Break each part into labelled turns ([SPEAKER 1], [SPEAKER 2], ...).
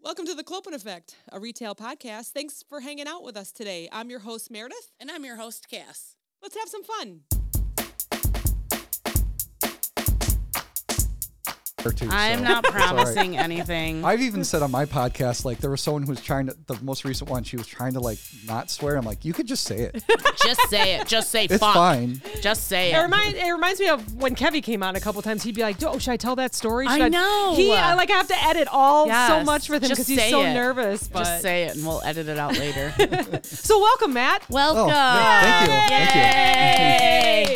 [SPEAKER 1] Welcome to the Clopen Effect, a retail podcast. Thanks for hanging out with us today. I'm your host, Meredith.
[SPEAKER 2] And I'm your host, Cass.
[SPEAKER 1] Let's have some fun.
[SPEAKER 3] or two,
[SPEAKER 4] I'm
[SPEAKER 3] so
[SPEAKER 4] not
[SPEAKER 3] it's all right.
[SPEAKER 4] promising anything.
[SPEAKER 3] I've even said on my podcast, like there was someone who was trying to the most recent one, she was trying to like not swear. I'm like, you could just say it.
[SPEAKER 4] Just say it. Just say
[SPEAKER 3] It's
[SPEAKER 4] fuck.
[SPEAKER 3] fine.
[SPEAKER 4] Just say
[SPEAKER 5] It,
[SPEAKER 4] it.
[SPEAKER 5] remind, it reminds me of when Kevy came on a couple times. He'd be like, "Oh, should I tell that story?"
[SPEAKER 4] I
[SPEAKER 5] Should
[SPEAKER 4] know.
[SPEAKER 5] He I, like I have to edit all so
[SPEAKER 4] Yes.
[SPEAKER 5] much with him
[SPEAKER 4] Just
[SPEAKER 5] because he's
[SPEAKER 4] say
[SPEAKER 5] so
[SPEAKER 4] it.
[SPEAKER 5] nervous. But
[SPEAKER 4] Just say it, and we'll edit it out later.
[SPEAKER 5] so welcome, Matt.
[SPEAKER 4] Welcome.
[SPEAKER 3] Oh, yeah, thank you. Thank you.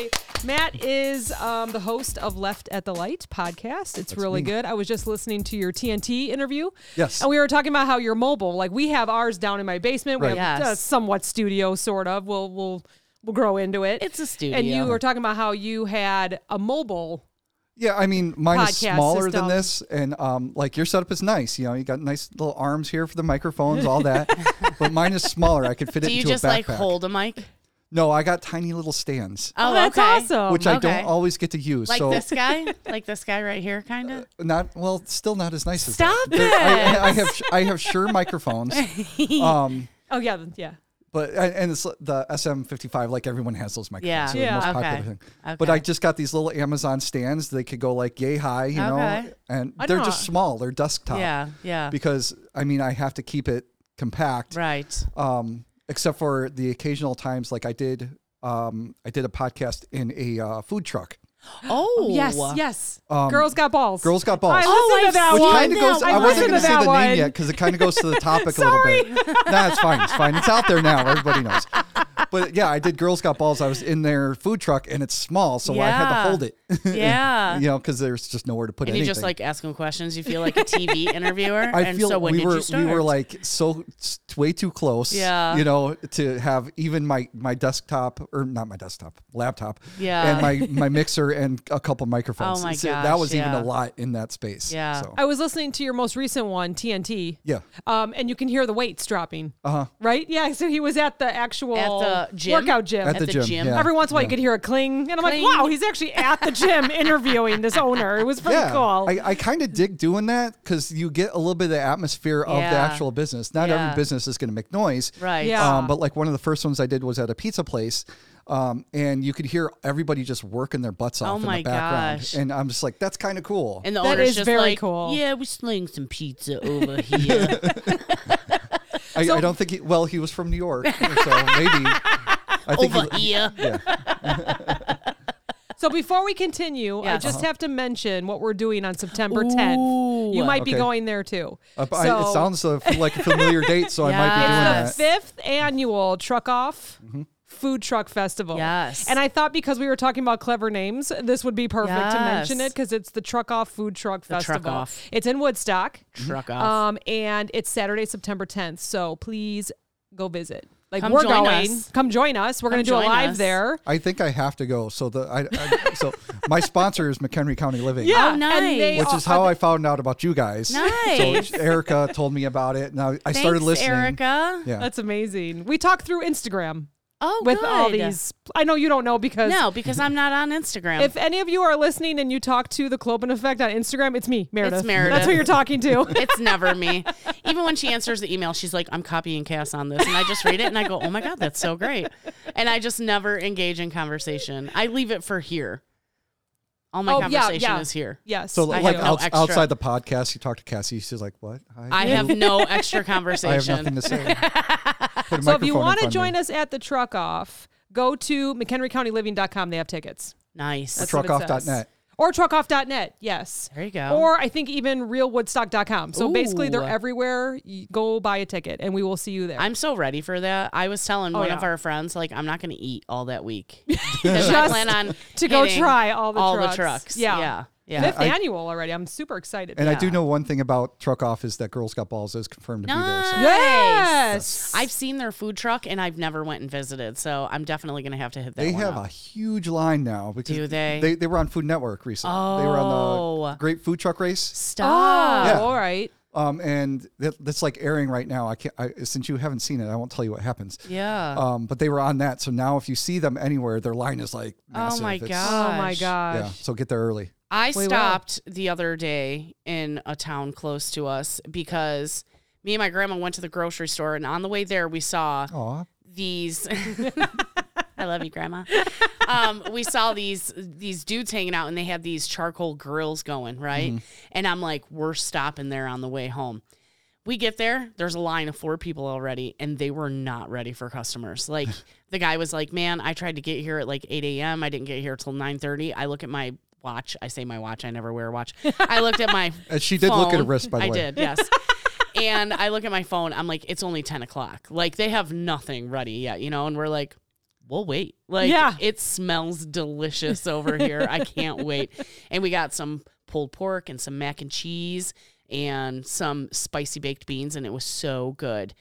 [SPEAKER 5] Hey. Matt is um, the host of Left at the Light podcast. It's really
[SPEAKER 3] me.
[SPEAKER 5] good. I was just listening to your TNT interview.
[SPEAKER 3] Yes.
[SPEAKER 5] And we were talking about how you're mobile. Like we have ours down in my basement. We
[SPEAKER 3] Right.
[SPEAKER 5] have
[SPEAKER 4] Yes.
[SPEAKER 5] uh, somewhat studio, sort of. We'll we'll we'll grow into it.
[SPEAKER 4] It's a studio.
[SPEAKER 5] And you were talking about how you had a mobile.
[SPEAKER 3] Yeah, I mean, mine is
[SPEAKER 5] Podcast
[SPEAKER 3] smaller
[SPEAKER 5] system.
[SPEAKER 3] than this, and um, like your setup is nice. You know, you got nice little arms here for the microphones, all that. but mine is smaller. I could fit
[SPEAKER 4] Do
[SPEAKER 3] it
[SPEAKER 4] you
[SPEAKER 3] into
[SPEAKER 4] just
[SPEAKER 3] a backpack.
[SPEAKER 4] like hold a mic?
[SPEAKER 3] No, I got tiny little stands,
[SPEAKER 4] Oh,
[SPEAKER 5] that's
[SPEAKER 4] okay.
[SPEAKER 5] awesome.
[SPEAKER 3] which I
[SPEAKER 4] okay.
[SPEAKER 3] don't always get to use.
[SPEAKER 4] Like
[SPEAKER 3] so Uh,
[SPEAKER 4] this guy, like this guy right here, kind of.
[SPEAKER 3] not well, still not as nice
[SPEAKER 4] Stop
[SPEAKER 3] as that. Stop I, I have I have sure microphones. Um,
[SPEAKER 5] Oh yeah, th- yeah.
[SPEAKER 3] But and and it's the SM55, like everyone has those microphones.
[SPEAKER 4] Yeah.
[SPEAKER 3] they're the
[SPEAKER 5] Yeah.
[SPEAKER 3] most
[SPEAKER 4] Okay.
[SPEAKER 3] popular thing. But
[SPEAKER 4] Okay.
[SPEAKER 3] I just got these little Amazon stands. They could go like yay high, you know,
[SPEAKER 4] Okay.
[SPEAKER 3] and
[SPEAKER 5] I
[SPEAKER 3] they're
[SPEAKER 5] know.
[SPEAKER 3] just small. They're desktop.
[SPEAKER 4] Yeah, yeah.
[SPEAKER 3] Uh, Because I mean, I have to keep it compact.
[SPEAKER 4] Right.
[SPEAKER 3] Um, except for the occasional times, like I did, um, I did a podcast in a uh, food truck.
[SPEAKER 4] Oh,
[SPEAKER 5] Yes, yes.
[SPEAKER 3] Um,
[SPEAKER 5] Girls got balls.
[SPEAKER 3] Girls got
[SPEAKER 5] I
[SPEAKER 3] balls.
[SPEAKER 5] listened
[SPEAKER 4] Oh,
[SPEAKER 5] to
[SPEAKER 4] I've
[SPEAKER 5] that
[SPEAKER 4] seen
[SPEAKER 3] Which
[SPEAKER 5] one.
[SPEAKER 3] kind of goes.
[SPEAKER 4] I
[SPEAKER 3] I, wasn't
[SPEAKER 4] listened
[SPEAKER 3] going
[SPEAKER 5] to
[SPEAKER 3] to say
[SPEAKER 5] that
[SPEAKER 3] the
[SPEAKER 5] one.
[SPEAKER 3] name yet because it kind of goes to the topic a little bit. Nah, it's fine. It's fine. It's out there now. Everybody knows. But yeah, I did Girls Got Balls. I was in their food truck, and it's small, so I had
[SPEAKER 4] Yeah.
[SPEAKER 3] to hold it.
[SPEAKER 4] Yeah.
[SPEAKER 3] you know, because there's just nowhere to put
[SPEAKER 4] And you
[SPEAKER 3] anything.
[SPEAKER 4] just like ask him questions. You feel like a TV interviewer.
[SPEAKER 3] I
[SPEAKER 4] and
[SPEAKER 3] feel
[SPEAKER 4] so when
[SPEAKER 3] we
[SPEAKER 4] did
[SPEAKER 3] were
[SPEAKER 4] you start?
[SPEAKER 3] we were like so s- way too close.
[SPEAKER 4] Yeah.
[SPEAKER 3] You know, to have even my my desktop or not my desktop laptop.
[SPEAKER 4] Yeah.
[SPEAKER 3] And my my mixer and a couple microphones.
[SPEAKER 4] Oh my
[SPEAKER 3] So that was
[SPEAKER 4] gosh,
[SPEAKER 3] even
[SPEAKER 4] yeah.
[SPEAKER 3] a lot in that space.
[SPEAKER 4] Yeah.
[SPEAKER 3] So,
[SPEAKER 5] I was listening to your most recent one, TNT.
[SPEAKER 3] yeah.
[SPEAKER 5] Um, and you can hear the weights dropping.
[SPEAKER 3] Uh huh.
[SPEAKER 5] Right? Yeah. So he was at the actual
[SPEAKER 4] At the gym?
[SPEAKER 5] workout gym.
[SPEAKER 3] At, the, gym. yeah.
[SPEAKER 5] Every once in a while, you could hear a cling, and I'm
[SPEAKER 4] Cling.
[SPEAKER 5] like, "Wow, he's actually at the gym interviewing this owner." It was pretty
[SPEAKER 3] yeah,
[SPEAKER 5] cool.
[SPEAKER 3] I, I kind of dig doing that because you get a little bit of the atmosphere of the
[SPEAKER 4] Yeah.
[SPEAKER 3] actual business. Not
[SPEAKER 4] Yeah.
[SPEAKER 3] every business is going to make noise.
[SPEAKER 4] right.
[SPEAKER 5] Yeah.
[SPEAKER 3] Um, but like one of the first ones I did was at a pizza place. Um, and you could hear everybody just working their butts off in
[SPEAKER 4] Oh my
[SPEAKER 3] the background.
[SPEAKER 4] gosh.
[SPEAKER 3] And I'm just like, that's kind of cool.
[SPEAKER 4] And the
[SPEAKER 5] That
[SPEAKER 4] owner's
[SPEAKER 5] is
[SPEAKER 4] just
[SPEAKER 5] very
[SPEAKER 4] like,
[SPEAKER 5] cool.
[SPEAKER 4] Yeah, we sling some pizza over here.
[SPEAKER 3] I, I don't think he, well, he was from New York. so maybe. I think he-
[SPEAKER 4] over here.
[SPEAKER 5] so before we continue, I
[SPEAKER 4] Yes.
[SPEAKER 5] just have to mention what we're doing on September 10th. You might be
[SPEAKER 3] Okay.
[SPEAKER 5] going there too.
[SPEAKER 3] uh, I-
[SPEAKER 5] So-
[SPEAKER 3] it sounds a- like a familiar date, so I might be doing
[SPEAKER 4] Yeah.
[SPEAKER 3] that. Mm-hmm.
[SPEAKER 4] Yes.
[SPEAKER 5] fifth annual Truck Off Food Truck Festival.
[SPEAKER 4] Yes.
[SPEAKER 5] And I thought because we were talking about clever names, this would be perfect to mention
[SPEAKER 4] Yes.
[SPEAKER 5] it because it's the Truck Off Food Truck
[SPEAKER 4] Truck
[SPEAKER 5] Festival.
[SPEAKER 4] Off.
[SPEAKER 5] It's in Woodstock.
[SPEAKER 4] Truck off.
[SPEAKER 5] Um, and it's Saturday, September 10th. So please go visit. Like
[SPEAKER 4] Come
[SPEAKER 5] we're
[SPEAKER 4] join
[SPEAKER 5] going.
[SPEAKER 4] us.
[SPEAKER 5] Come join us. We're going to do a
[SPEAKER 4] join
[SPEAKER 5] live
[SPEAKER 4] us.
[SPEAKER 5] there.
[SPEAKER 3] I think I have to go. So the I, I so my sponsor is McHenry County Living.
[SPEAKER 5] Yeah.
[SPEAKER 4] oh, nice.
[SPEAKER 5] And they
[SPEAKER 3] which
[SPEAKER 5] are-
[SPEAKER 3] is how I found out about you
[SPEAKER 5] Oh,
[SPEAKER 3] guys.
[SPEAKER 4] Nice.
[SPEAKER 3] So Erica told me about it, and I, I started
[SPEAKER 4] Thanks,
[SPEAKER 3] listening.
[SPEAKER 4] Erica.
[SPEAKER 3] Yeah.
[SPEAKER 5] That's amazing. We talk through Instagram
[SPEAKER 4] Oh,
[SPEAKER 5] with all
[SPEAKER 4] good.
[SPEAKER 5] these. I know you don't know because
[SPEAKER 4] No, because I'm not on Instagram.
[SPEAKER 5] If any of you are listening and you talk to the Clopen Effect on Instagram, it's me, Meredith.
[SPEAKER 4] Meredith.
[SPEAKER 5] That's who you're talking to.
[SPEAKER 4] it's never me. Even when she answers the email, she's like, I'm copying Cass on this. And I just read it and I go, oh my God, that's so great. And I just never engage in conversation. I leave it for here. All my
[SPEAKER 5] Oh, yeah,
[SPEAKER 4] conversation
[SPEAKER 5] yeah.
[SPEAKER 4] is here.
[SPEAKER 5] yes.
[SPEAKER 3] So
[SPEAKER 4] I
[SPEAKER 3] like
[SPEAKER 4] have no
[SPEAKER 3] outs-
[SPEAKER 4] extra.
[SPEAKER 3] outside the podcast, you talk to Cassie. She's like, "What?
[SPEAKER 4] I have no extra
[SPEAKER 3] I have
[SPEAKER 4] conversation.
[SPEAKER 3] nothing to say." Put a
[SPEAKER 5] so if you
[SPEAKER 3] microphone in
[SPEAKER 5] want to
[SPEAKER 3] front of
[SPEAKER 5] join
[SPEAKER 3] me.
[SPEAKER 5] us at the truck off, go to mchenrycountyliving.com. They have tickets.
[SPEAKER 4] nice.
[SPEAKER 5] That's what it
[SPEAKER 3] truckoff.net.
[SPEAKER 5] says. Or truckoff.net. Yes.
[SPEAKER 4] There you go.
[SPEAKER 5] Or I think even realwoodstock.com. So basically, they're
[SPEAKER 4] Ooh.
[SPEAKER 5] everywhere. You go buy a ticket and we will see you there.
[SPEAKER 4] I'm so ready for that. I was telling
[SPEAKER 5] Oh,
[SPEAKER 4] one
[SPEAKER 5] yeah.
[SPEAKER 4] of our friends, like, I'm not going to eat all that week. 'Cause I plan on
[SPEAKER 5] to go
[SPEAKER 4] hitting
[SPEAKER 5] try all the
[SPEAKER 4] all
[SPEAKER 5] trucks.
[SPEAKER 4] the trucks.
[SPEAKER 5] Yeah.
[SPEAKER 4] Yeah. Yeah.
[SPEAKER 5] Fifth
[SPEAKER 3] I-
[SPEAKER 5] annual already. I'm super excited.
[SPEAKER 3] And I do know one thing about Truck Off is that Girls Got Balls is confirmed to be there. So.
[SPEAKER 5] Yes.
[SPEAKER 4] I've seen their food truck and I've never went and visited, so I'm definitely gonna have to hit that.
[SPEAKER 3] They
[SPEAKER 4] one
[SPEAKER 3] have
[SPEAKER 4] up.
[SPEAKER 3] a huge line now. Because
[SPEAKER 4] Do they?
[SPEAKER 3] They, were on Food Network recently. They were on
[SPEAKER 4] Oh.
[SPEAKER 3] the Great Food Truck Race.
[SPEAKER 5] Oh,
[SPEAKER 4] stop.
[SPEAKER 3] Yeah.
[SPEAKER 5] all right.
[SPEAKER 3] Um, and that, that's like airing right now. I can't. I, since you haven't seen it, I won't tell you what happens.
[SPEAKER 4] Yeah.
[SPEAKER 3] Um, but they were on that. So now if you see them anywhere, their line is like
[SPEAKER 4] oh
[SPEAKER 3] massive.
[SPEAKER 4] my
[SPEAKER 3] It's-
[SPEAKER 4] gosh.
[SPEAKER 5] Oh my gosh.
[SPEAKER 3] Yeah. So get there early.
[SPEAKER 4] I
[SPEAKER 3] Wait, wow.
[SPEAKER 4] stopped the other day in a town close to us because me and my grandma went to the grocery store, and on the way there, we saw
[SPEAKER 3] Aw.
[SPEAKER 4] these. I love you, Grandma. Um, we saw these these dudes hanging out, and they had these charcoal grills going, right? And I'm like, we're stopping there on the way home. We get there, there's a line of four people already, and they were not ready for customers. Like the guy was like, "Man, I tried to get here at like 8 a.m. I didn't get here till 9:30." I look at my watch. I say my watch. I never wear a watch. I looked at my.
[SPEAKER 3] And she did look at her
[SPEAKER 4] phone.
[SPEAKER 3] wrist, by the
[SPEAKER 4] I
[SPEAKER 3] way.
[SPEAKER 4] did, yes. and I look at my phone. I'm like, it's only 10 o'clock. Like they have nothing ready yet, you know. And we're like, we'll wait. Like
[SPEAKER 5] Yeah.
[SPEAKER 4] it smells delicious over here. I can't wait. And we got some pulled pork and some mac and cheese and some spicy baked beans, and it was so good.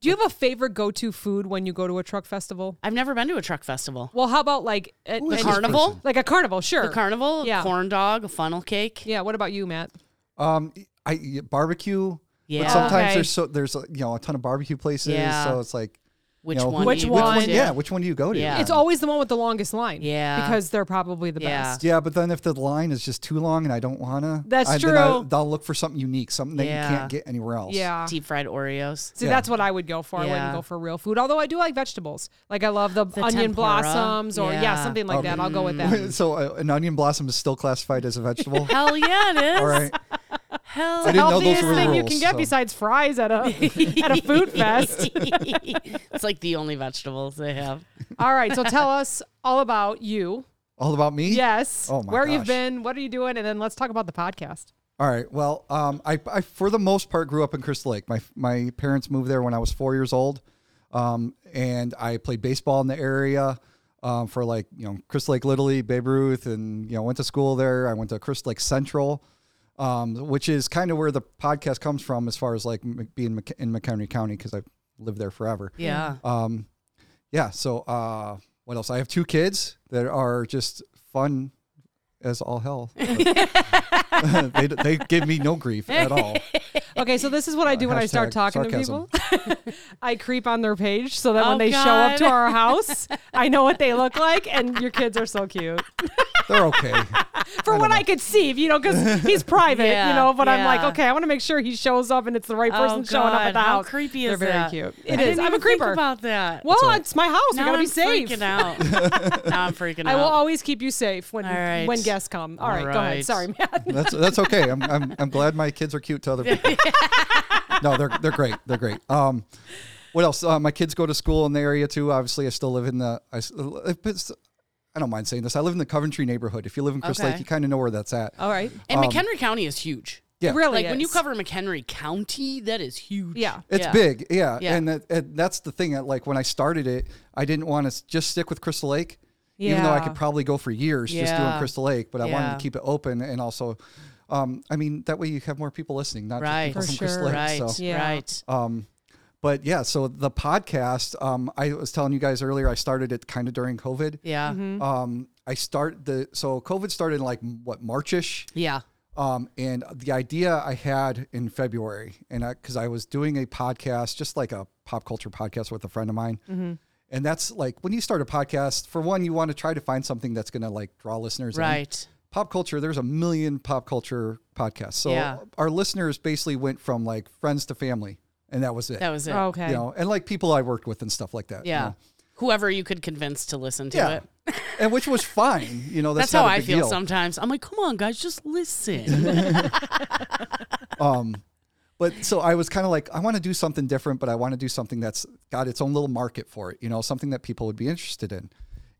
[SPEAKER 5] Do you have a favorite go-to food when you go to a truck festival?
[SPEAKER 4] I've never been to a truck festival.
[SPEAKER 5] Well, how about like a,
[SPEAKER 3] Who is
[SPEAKER 5] a-
[SPEAKER 3] this
[SPEAKER 4] carnival?
[SPEAKER 3] person?
[SPEAKER 5] like a carnival? Sure.
[SPEAKER 4] The carnival,
[SPEAKER 5] Yeah.
[SPEAKER 4] corn dog, a funnel cake.
[SPEAKER 5] yeah. What about you, Matt?
[SPEAKER 3] Um, I y- barbecue.
[SPEAKER 4] Yeah.
[SPEAKER 3] But sometimes
[SPEAKER 5] Okay.
[SPEAKER 3] there's so there's uh, you know a ton of barbecue places,
[SPEAKER 4] Yeah.
[SPEAKER 3] so it's like
[SPEAKER 4] Which
[SPEAKER 3] you know,
[SPEAKER 4] one?
[SPEAKER 3] who-
[SPEAKER 5] Which
[SPEAKER 4] do you
[SPEAKER 5] one?
[SPEAKER 4] go
[SPEAKER 5] Yeah.
[SPEAKER 4] to?
[SPEAKER 3] yeah, which one do you go to?
[SPEAKER 4] Yeah.
[SPEAKER 5] It's always the one with the longest line.
[SPEAKER 4] Yeah.
[SPEAKER 5] Because they're probably the
[SPEAKER 4] Yeah.
[SPEAKER 5] best.
[SPEAKER 3] Yeah, but then if the line is just too long and I don't wanna,
[SPEAKER 5] That's
[SPEAKER 3] I, Then I,
[SPEAKER 5] true.
[SPEAKER 3] I'll look for something unique, something that
[SPEAKER 4] Yeah.
[SPEAKER 3] you can't get anywhere else.
[SPEAKER 5] Yeah.
[SPEAKER 4] Deep fried Oreos.
[SPEAKER 5] See,
[SPEAKER 3] Yeah.
[SPEAKER 5] that's what I would go for. I
[SPEAKER 4] Yeah.
[SPEAKER 5] wouldn't go for real food, although I do like vegetables. Like I love the, onion
[SPEAKER 4] tempura.
[SPEAKER 5] blossoms or yeah.
[SPEAKER 4] Yeah.
[SPEAKER 5] something like
[SPEAKER 3] Okay.
[SPEAKER 5] that. I'll go with that.
[SPEAKER 3] so uh, an onion blossom is still classified as a vegetable.
[SPEAKER 4] Hell yeah, it is.
[SPEAKER 3] All right.
[SPEAKER 4] Hell
[SPEAKER 3] I didn't know those
[SPEAKER 5] Healthiest
[SPEAKER 3] were the
[SPEAKER 5] thing
[SPEAKER 3] rules.
[SPEAKER 5] you can get
[SPEAKER 3] so.
[SPEAKER 5] besides fries at a at a food fest.
[SPEAKER 4] it's like the only vegetables they have.
[SPEAKER 5] All right, so tell us all about you.
[SPEAKER 3] All about me.
[SPEAKER 5] Yes.
[SPEAKER 3] Oh my
[SPEAKER 5] Where you've
[SPEAKER 3] gosh.
[SPEAKER 5] been, what are you doing, and then let's talk about the podcast.
[SPEAKER 3] All right. Well, um, I, I for the most part grew up in Crystal Lake. My my parents moved there when I was four years old, um, and I played baseball in the area um, for like you know Crystal Lake Little League, Babe Ruth, and you know went to school there. I went to Crystal Lake Central, um, which is kind of where the podcast comes from as far as like m- being Mc- in McHenry County because I lived there forever.
[SPEAKER 4] Yeah.
[SPEAKER 3] Um, yeah. So uh, what else? I have two kids that are just fun as all hell. they, they give me no grief at all.
[SPEAKER 5] Okay, so this is what I do when I start
[SPEAKER 3] hashtag
[SPEAKER 5] talking
[SPEAKER 3] sarcasm.
[SPEAKER 5] to people. I creep on their page so that
[SPEAKER 4] Oh,
[SPEAKER 5] when they show up to
[SPEAKER 4] God.
[SPEAKER 5] our house, I know what they look like, and your kids are so cute.
[SPEAKER 3] They're okay.
[SPEAKER 5] For what I could see, you know, because he's private, you
[SPEAKER 4] Yeah,
[SPEAKER 5] know. But I'm
[SPEAKER 4] yeah.
[SPEAKER 5] like, okay, I want to make sure he shows up and it's the right
[SPEAKER 4] Oh,
[SPEAKER 5] person showing up at
[SPEAKER 4] God,
[SPEAKER 5] the
[SPEAKER 4] how
[SPEAKER 5] house.
[SPEAKER 4] creepy
[SPEAKER 5] They're
[SPEAKER 4] is
[SPEAKER 5] very
[SPEAKER 4] that?
[SPEAKER 5] cute.
[SPEAKER 4] I
[SPEAKER 5] It
[SPEAKER 4] didn't
[SPEAKER 5] is. I'm a
[SPEAKER 4] even think
[SPEAKER 5] creeper.
[SPEAKER 4] about that.
[SPEAKER 5] well, it's my house.
[SPEAKER 4] now
[SPEAKER 5] we gotta
[SPEAKER 4] I'm
[SPEAKER 5] be safe.
[SPEAKER 4] freaking out. now I'm freaking
[SPEAKER 5] I will
[SPEAKER 4] out.
[SPEAKER 5] always keep you safe when
[SPEAKER 4] All right.
[SPEAKER 5] when guests come. All
[SPEAKER 4] All
[SPEAKER 5] right, go ahead.
[SPEAKER 4] right.
[SPEAKER 5] Sorry, Matt.
[SPEAKER 3] That's that's okay. I'm, I'm I'm glad my kids are cute to other people. no, they're they're great. They're great. Um, what else? Uh, my kids go to school in the area too. Obviously, I still live in the. I, s- it's- I don't mind saying this. I live in the Coventry neighborhood. If you live in Crystal
[SPEAKER 4] Okay.
[SPEAKER 3] Lake, you kind of know where that's at.
[SPEAKER 5] All right.
[SPEAKER 4] and McHenry County is huge.
[SPEAKER 5] Oh,
[SPEAKER 3] Yeah.
[SPEAKER 5] Um, Really?
[SPEAKER 4] Like when you
[SPEAKER 5] is.
[SPEAKER 4] cover McHenry County, that is huge.
[SPEAKER 5] Yeah.
[SPEAKER 3] It's
[SPEAKER 4] Yeah.
[SPEAKER 3] big, yeah.
[SPEAKER 4] Yeah.
[SPEAKER 3] And, that, and that's the thing. that, Like when I started it, I didn't want to just stick with Crystal Lake, even though I
[SPEAKER 5] Yeah.
[SPEAKER 3] could probably go for years just doing
[SPEAKER 4] Yeah.
[SPEAKER 3] Crystal Lake. But I wanted
[SPEAKER 4] Yeah.
[SPEAKER 3] to keep it open and also, um, I mean, that way you have more people listening, not
[SPEAKER 4] Right.
[SPEAKER 3] just people
[SPEAKER 4] For
[SPEAKER 3] from
[SPEAKER 5] sure.
[SPEAKER 3] Crystal Lake.
[SPEAKER 4] Right.
[SPEAKER 3] So,
[SPEAKER 5] Yeah.
[SPEAKER 4] Right.
[SPEAKER 3] um, but yeah, so the podcast, um, I was telling you guys earlier, I started it kind of during COVID.
[SPEAKER 4] yeah.
[SPEAKER 5] Mm-hmm.
[SPEAKER 3] Um, I start the so COVID started in like what Marchish.
[SPEAKER 4] Yeah.
[SPEAKER 3] Um, and the idea I had in February, and because I, was doing a podcast, just like a pop culture podcast with a friend of mine,
[SPEAKER 4] Mm-hmm.
[SPEAKER 3] and that's like when you start a podcast. For one, you want to try to find something that's going to like draw listeners. in.
[SPEAKER 4] Right.
[SPEAKER 3] Pop culture. There's a million pop culture podcasts. So
[SPEAKER 4] Yeah.
[SPEAKER 3] our listeners basically went from like friends to family, and that was it.
[SPEAKER 4] That was it.
[SPEAKER 5] Okay.
[SPEAKER 3] You know, and like people I worked with and stuff like that. you
[SPEAKER 4] yeah.
[SPEAKER 3] know.
[SPEAKER 4] Whoever you could convince to listen to
[SPEAKER 3] Yeah.
[SPEAKER 4] it.
[SPEAKER 3] and which was fine. You know, that's,
[SPEAKER 4] That's how
[SPEAKER 3] not a
[SPEAKER 4] I
[SPEAKER 3] big
[SPEAKER 4] feel
[SPEAKER 3] deal.
[SPEAKER 4] sometimes. I'm like, come on, guys, just listen.
[SPEAKER 3] um but so i was kind of like i want to do something different but i want to do something that's got its own little market for it you know something that people would be interested in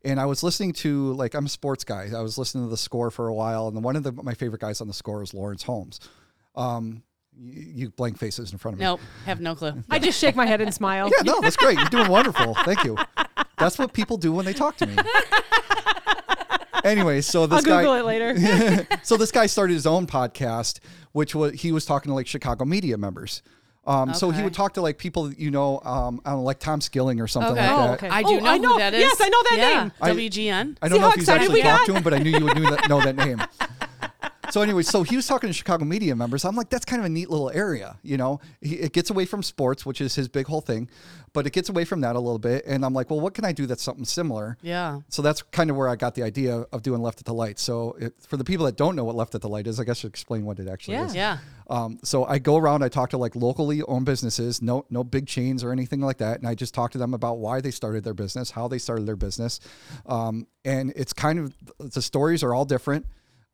[SPEAKER 3] and i was listening to like i'm a sports guy i was listening to the score for a while and one of the, my favorite guys on the score is lawrence holmes um you, you blank faces in front of me
[SPEAKER 4] nope. Have no clue.
[SPEAKER 5] I just shake my head and smile.
[SPEAKER 3] yeah no that's great you're doing wonderful thank you that's what people do when they talk to me anyway so this
[SPEAKER 5] I'll
[SPEAKER 3] guy
[SPEAKER 5] Google it later.
[SPEAKER 3] so this guy started his own podcast, which was he was talking to like Chicago media members. Um, So he
[SPEAKER 4] Okay.
[SPEAKER 3] would talk to like people that you know, um, I don't know, like Tom Skilling or something
[SPEAKER 4] Okay.
[SPEAKER 3] like that.
[SPEAKER 5] Oh, okay.
[SPEAKER 4] I do
[SPEAKER 5] Oh,
[SPEAKER 4] know
[SPEAKER 5] I know-
[SPEAKER 4] who that is.
[SPEAKER 5] yes, I know that
[SPEAKER 4] Yeah.
[SPEAKER 5] name.
[SPEAKER 3] I-
[SPEAKER 4] WGN.
[SPEAKER 3] I don't
[SPEAKER 5] See
[SPEAKER 3] know
[SPEAKER 5] how
[SPEAKER 3] if he's
[SPEAKER 5] excited
[SPEAKER 3] actually
[SPEAKER 5] we
[SPEAKER 3] talked
[SPEAKER 5] got?
[SPEAKER 3] to him, but I knew you would knew that, know that name. So anyway, so he was talking to Chicago media members. I'm like, that's kind of a neat little area, you know. He, it gets away from sports, which is his big whole thing, but it gets away from that a little bit. And I'm like, well, what can I do that's something similar?
[SPEAKER 4] Yeah.
[SPEAKER 3] So that's kind of where I got the idea of doing Left at the Light. So it, for the people that don't know what Left at the Light is, I guess I should explain what it actually
[SPEAKER 5] Yeah.
[SPEAKER 3] is.
[SPEAKER 4] Yeah.
[SPEAKER 3] Um, so I go around, I talk to like locally owned businesses, no no big chains or anything like that, and I just talk to them about why they started their business, how they started their business, um, and it's kind of the stories are all different,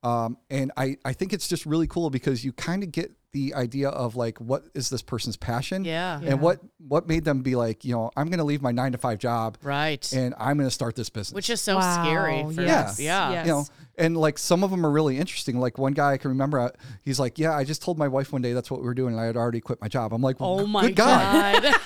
[SPEAKER 3] um, and I I think it's just really cool because you kind of get the idea of like what is this person's passion,
[SPEAKER 4] Yeah.
[SPEAKER 3] and what what made them be like you know I'm gonna leave my nine to five job
[SPEAKER 4] Right.
[SPEAKER 3] and I'm gonna start this business,
[SPEAKER 4] Which is so
[SPEAKER 5] Wow,
[SPEAKER 4] scary. For
[SPEAKER 5] yes,
[SPEAKER 4] Yeah.
[SPEAKER 5] yes.
[SPEAKER 3] you know and like some of them are really interesting like one guy i can remember uh, he's like yeah i just told my wife one day that's what we were doing and i had already quit my job i'm like well,
[SPEAKER 4] Oh
[SPEAKER 3] good
[SPEAKER 4] my
[SPEAKER 3] God.
[SPEAKER 4] God.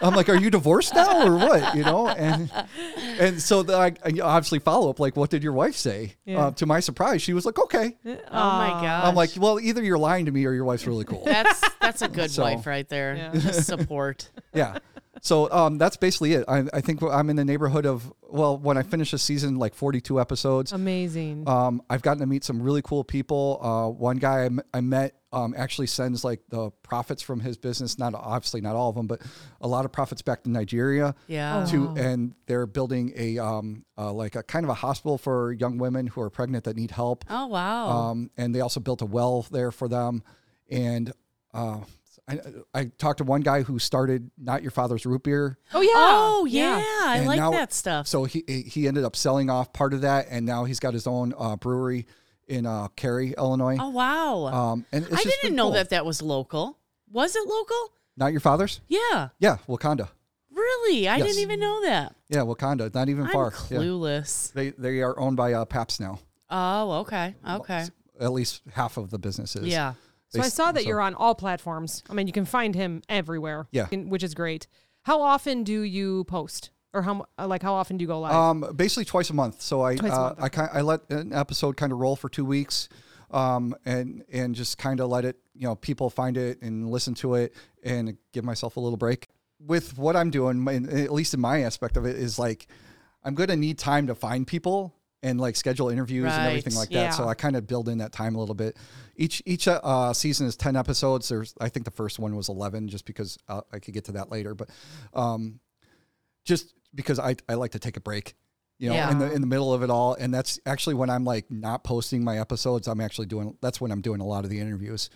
[SPEAKER 3] i'm like are you divorced now or what you know and and so the, I, I obviously follow up like what did your wife say
[SPEAKER 5] Yeah.
[SPEAKER 3] uh, to my surprise she was like okay
[SPEAKER 4] oh my God.
[SPEAKER 3] i'm like well either you're lying to me or your wife's really cool
[SPEAKER 4] that's that's a good
[SPEAKER 3] So-
[SPEAKER 4] wife right there. Just support.
[SPEAKER 3] yeah. So um, that's basically it. I, I think I'm in the neighborhood of well, when I finish a season, like 42 episodes.
[SPEAKER 5] Amazing.
[SPEAKER 3] Um, I've gotten to meet some really cool people. Uh, one guy I, m- I met um, actually sends like the profits from his business, not obviously not all of them, but a lot of profits back to Nigeria.
[SPEAKER 4] Yeah. Oh,
[SPEAKER 3] To and they're building a um, uh, like a kind of a hospital for young women who are pregnant that need help.
[SPEAKER 4] Oh wow.
[SPEAKER 3] Um, and they also built a well there for them. And uh, I, I talked to one guy who started Not Your Father's Root Beer.
[SPEAKER 5] oh yeah.
[SPEAKER 4] oh yeah, I
[SPEAKER 3] And
[SPEAKER 4] like
[SPEAKER 3] now-
[SPEAKER 4] that stuff.
[SPEAKER 3] So he he ended up selling off part of that, and now he's got his own uh, brewery in uh, Cary, Illinois.
[SPEAKER 4] oh wow.
[SPEAKER 3] Um, and it's
[SPEAKER 4] I
[SPEAKER 3] just
[SPEAKER 4] didn't
[SPEAKER 3] been
[SPEAKER 4] know
[SPEAKER 3] cool.
[SPEAKER 4] that that was local. Was it local?
[SPEAKER 3] Not your father's?
[SPEAKER 4] Yeah.
[SPEAKER 3] Yeah, Wakanda.
[SPEAKER 4] Really? I
[SPEAKER 3] Yes.
[SPEAKER 4] didn't even know that.
[SPEAKER 3] Yeah, Wakanda. Not even
[SPEAKER 4] I'm
[SPEAKER 3] far. Yeah.
[SPEAKER 4] clueless.
[SPEAKER 3] They they are owned by uh, Paps now.
[SPEAKER 4] Oh, okay. Okay.
[SPEAKER 3] At least half of the businesses.
[SPEAKER 4] Yeah.
[SPEAKER 5] So I saw that you're on all platforms. I mean, you can find him everywhere.
[SPEAKER 3] Yeah.
[SPEAKER 5] in- which is great. How often do you post, or how mu- uh, like how often do you go live?
[SPEAKER 3] Um, basically twice a month. So I
[SPEAKER 5] Twice a
[SPEAKER 3] uh,
[SPEAKER 5] month,
[SPEAKER 3] I ki I let an episode kind of roll for two weeks, um, and and just kind of let it you know people find it and listen to it and give myself a little break. With what I'm doing, my- at least in my aspect of it, is like I'm gonna need time to find people and like schedule interviews and
[SPEAKER 4] Right.
[SPEAKER 3] everything like that. So
[SPEAKER 5] Yeah.
[SPEAKER 3] I kind of build in that time a little bit. Each each uh, uh, season is ten episodes. There's I think the first one was eleven, just because uh, I could get to that later. But um, just because I, I like to take a break, you know, in the in the middle of it all. And that's actually when I'm like not posting my episodes. I'm actually doing that's when I'm doing a lot of the interviews